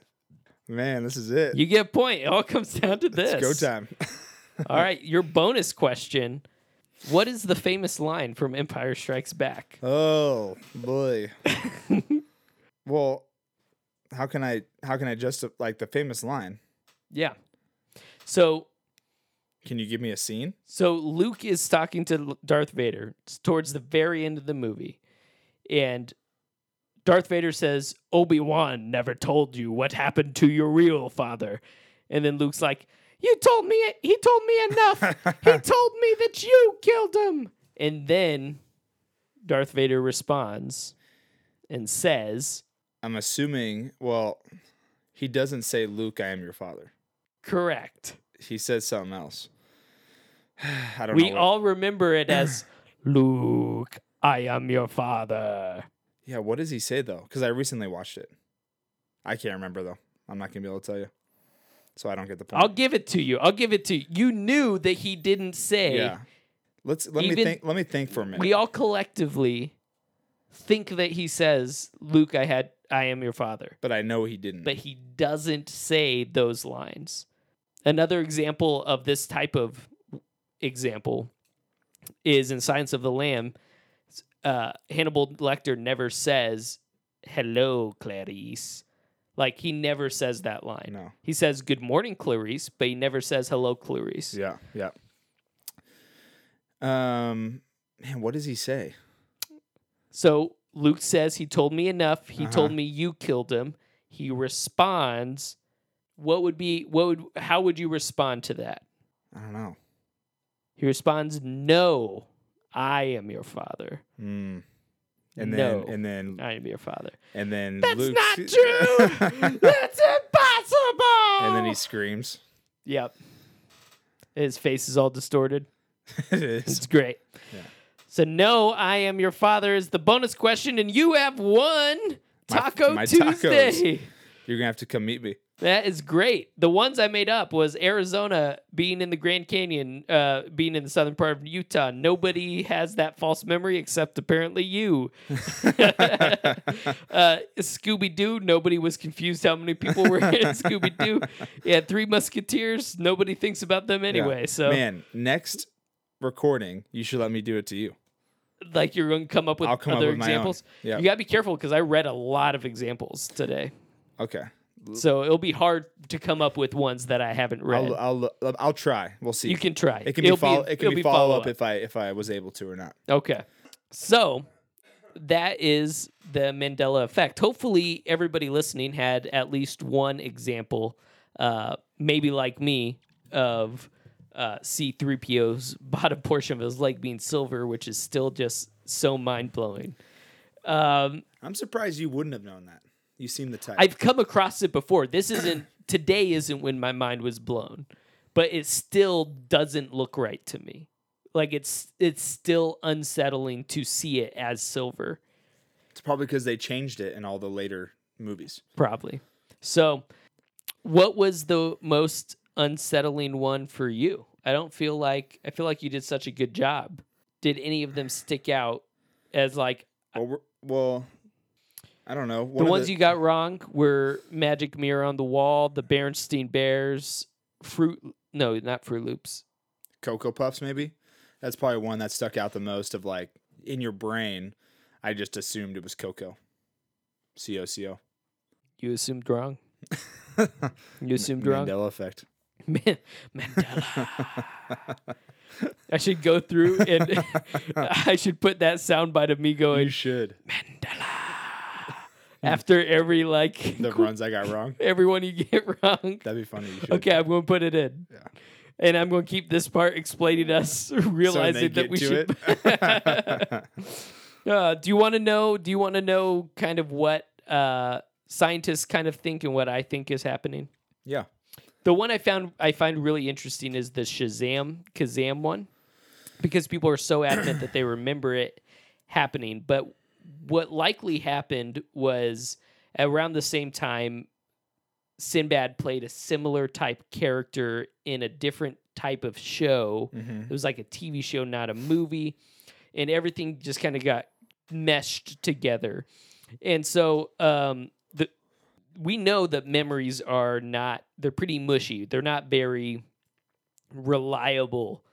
S2: man, this is it.
S1: You get a point. It all comes down to this.
S2: it's go time.
S1: All right, your bonus question. What is the famous line from Empire Strikes Back?
S2: Oh boy. well, how can I how can I just like the famous line?
S1: Yeah. So
S2: Can you give me a scene?
S1: so Luke is talking to L- Darth Vader It's towards the very end of the movie. And Darth Vader says, "Obi-Wan never told you what happened to your real father." And then Luke's like, "You told me it. He told me enough. he told me that you killed him." And then Darth Vader responds and says,
S2: I'm assuming, well, he doesn't say, Luke, I am your father.
S1: correct.
S2: He says something else. I don't
S1: We
S2: know. what-
S1: all remember it as Luke, I am your father.
S2: yeah, what does he say, though? Because I recently watched it. I can't remember, though. I'm not going to be able to tell you. So I don't get the point.
S1: I'll give it to you. I'll give it to you. You knew that he didn't say.
S2: yeah. Let's let me
S1: Even-
S2: think let me think for a minute.
S1: We all collectively think that he says, "Luke, I had I am your father."
S2: but I know he didn't.
S1: but he doesn't say those lines. Another example of this type of example is in Science of the Lamb. Uh, Hannibal Lecter never says "Hello, Clarice," like he never says that line.
S2: No.
S1: He says "Good morning, Clarice," but he never says "Hello, Clarice."
S2: Yeah, yeah. Um, man, what does he say?
S1: So Luke says, He told me enough. He
S2: Uh-huh.
S1: told me you killed him. He responds, What would be, what would, how would you respond to that?
S2: I don't know.
S1: He responds, No, I am your father.
S2: Mm. And then
S1: No.
S2: and then
S1: I am your father.
S2: and then
S1: That's
S2: Luke-
S1: not true. That's impossible.
S2: and then he screams.
S1: Yep. His face is all distorted.
S2: it is.
S1: It's great.
S2: Yeah.
S1: So, no, I am your father is the bonus question, and you have won
S2: My-
S1: Taco
S2: my tacos.
S1: Tuesday.
S2: You're gonna have to come meet me.
S1: That is great. The ones I made up was Arizona being in the Grand Canyon, uh, being in the southern part of Utah. Nobody has that false memory except apparently you. uh, Scooby Doo. Nobody was confused how many people were in Scooby Doo. Yeah, Three Musketeers. Nobody thinks about them
S2: Yeah.
S1: anyway. So,
S2: man, next recording, you should let me do it to you.
S1: like, you're going to come up with
S2: I'll come up
S1: other
S2: with my own.
S1: examples.
S2: Yeah.
S1: You got to be careful because I read a lot of examples today,
S2: Okay.
S1: so it'll be hard to come up with ones that I haven't read.
S2: I'll, I'll I'll I'll try. We'll see.
S1: you can try.
S2: it can
S1: It'll
S2: be follow it
S1: it'll
S2: can be follow
S1: follow-up.
S2: up if I if I was able to or not.
S1: Okay. So that is the Mandela effect. Hopefully, everybody listening had at least one example, uh, maybe like me, of uh, C3PO's bottom portion of his leg being silver, which is still just so mind blowing. Um,
S2: I'm surprised you wouldn't have known that. You seem the type.
S1: I've come across it before. This isn't today isn't when my mind was blown, but it still doesn't look right to me. Like it's it's still unsettling to see it as silver,
S2: it's probably because they changed it in all the later movies.
S1: probably. So, what was the most unsettling one for you? I don't feel like I feel like you did such a good job. Did any of them stick out as like
S2: Well, we're, well, I don't know.
S1: the ones you got wrong were Magic Mirror on the Wall, the Bernstein Bears, Fruit. No, not Fruit Loops.
S2: Cocoa Puffs, maybe. That's probably one that stuck out the most. Of like in your brain, I just assumed it was cocoa. C O C O.
S1: You assumed wrong. You assumed wrong.
S2: Mandela effect.
S1: Man- Mandela. I should go through and I should put that soundbite of me
S2: You
S1: going
S2: should.
S1: after every like
S2: The runs I got wrong.
S1: everyone you get wrong.
S2: That'd be funny. You should.
S1: Okay, I'm going to put it in.
S2: Yeah.
S1: And I'm going to keep this part explaining us
S2: So when they
S1: realizing that
S2: get
S1: we
S2: to
S1: should
S2: it-
S1: Uh, do you want to know? Do you want to know kind of what uh, scientists kind of think and what I think is happening?
S2: yeah.
S1: The one I found I find really interesting is the Shazam Kazam one, because people are so adamant that they remember it happening. But what likely happened was around the same time, Sinbad played a similar type character in a different type of show.
S2: Mhm.
S1: It was like a TV show, not a movie. And everything just kind of got meshed together. And so um, the, we know that memories are not, they're pretty mushy. They're not very reliable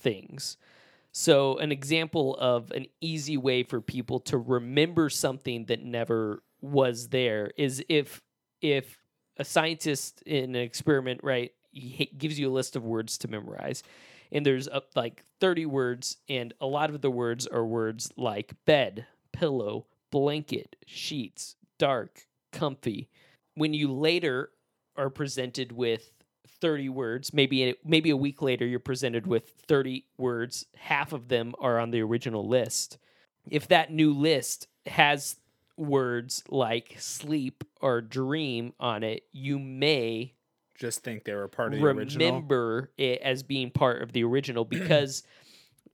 S1: things. So, an example of an easy way for people to remember something that never was there is if if a scientist in an experiment, right, he h- gives you a list of words to memorize, and there's up like 30 words, and a lot of the words are words like bed, pillow, blanket, sheets, dark, comfy. When you later are presented with 30 words, maybe maybe a week later you're presented with 30 words, half of them are on the original list. If that new list has words like sleep or dream on it, you may
S2: Just think they were part of the original.
S1: remember it as being part of the original because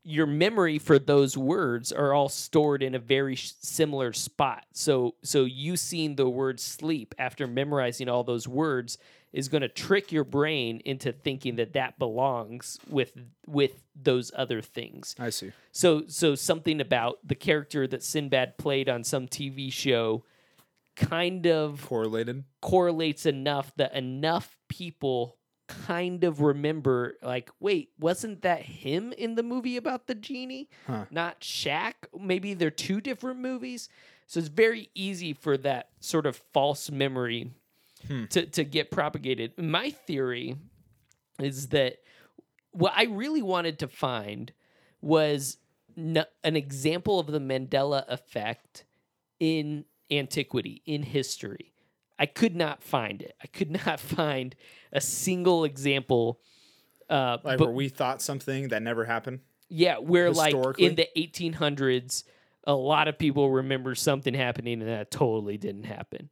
S1: your memory for those words are all stored in a very sh- similar spot. So so you seeing the word sleep after memorizing all those words is going to trick your brain into thinking that that belongs with with those other things.
S2: I see.
S1: So so something about the character that Sinbad played on some TV show kind of
S2: Correlated.
S1: correlates enough that enough people kind of remember like wait wasn't that him in the movie about the genie
S2: Huh.
S1: not Shaq maybe they're two different movies so it's very easy for that sort of false memory to to get propagated my theory is that what I really wanted to find was n- an example of the Mandela effect in antiquity, in history. I could not find it. I could not find a single example. Uh,
S2: Like
S1: but-
S2: where we thought something that never happened.
S1: yeah, where like
S2: Historically?
S1: in the 1800s, a lot of people remember something happening and that totally didn't happen.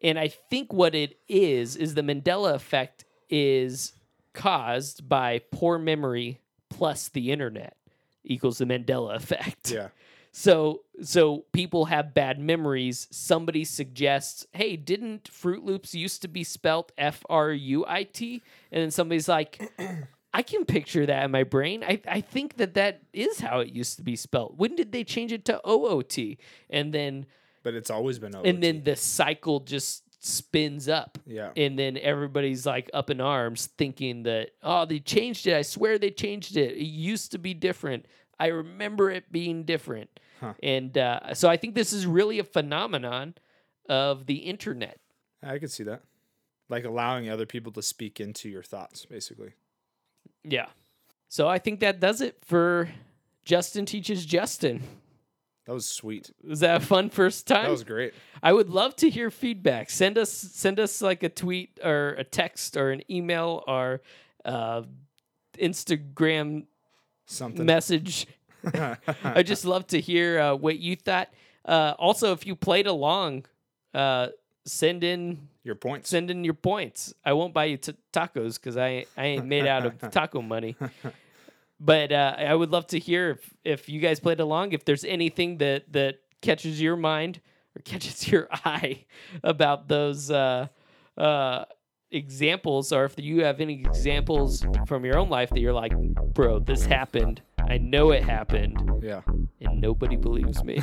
S1: And I think what it is is the Mandela effect is caused by poor memory plus the internet equals the Mandela effect.
S2: Yeah.
S1: So so people have bad memories. Somebody suggests, "Hey, didn't Fruit Loops used to be spelt F R U I T?" And then somebody's like, "I can picture that in my brain. I I think that that is how it used to be spelt. When did they change it to O O T?" And then
S2: But it's always been OOT.
S1: and then the cycle just spins up.
S2: Yeah.
S1: And then everybody's like up in arms thinking that, oh, they changed it. I swear they changed it. It used to be different. I remember it being different.
S2: Huh.
S1: And uh, so I think this is really a phenomenon of the internet.
S2: I could see that. Like allowing other people to speak into your thoughts, basically.
S1: Yeah. So I think that does it for Justin Teaches Justin.
S2: That was sweet.
S1: Was that a fun first time?
S2: That was great.
S1: I would love to hear feedback. Send us send us like a tweet or a text or an email or uh, Instagram
S2: Something.
S1: message. I just love to hear uh, what you thought. Uh, also, if you played along, uh, send in
S2: your points.
S1: send in your points. I won't buy you t- tacos because I I ain't made out of taco money. But uh, I would love to hear if, if you guys played along. If there's anything that that catches your mind or catches your eye about those uh, uh, examples, or if you have any examples from your own life that you're like, bro, this happened. I know it happened,
S2: Yeah.
S1: and nobody believes me.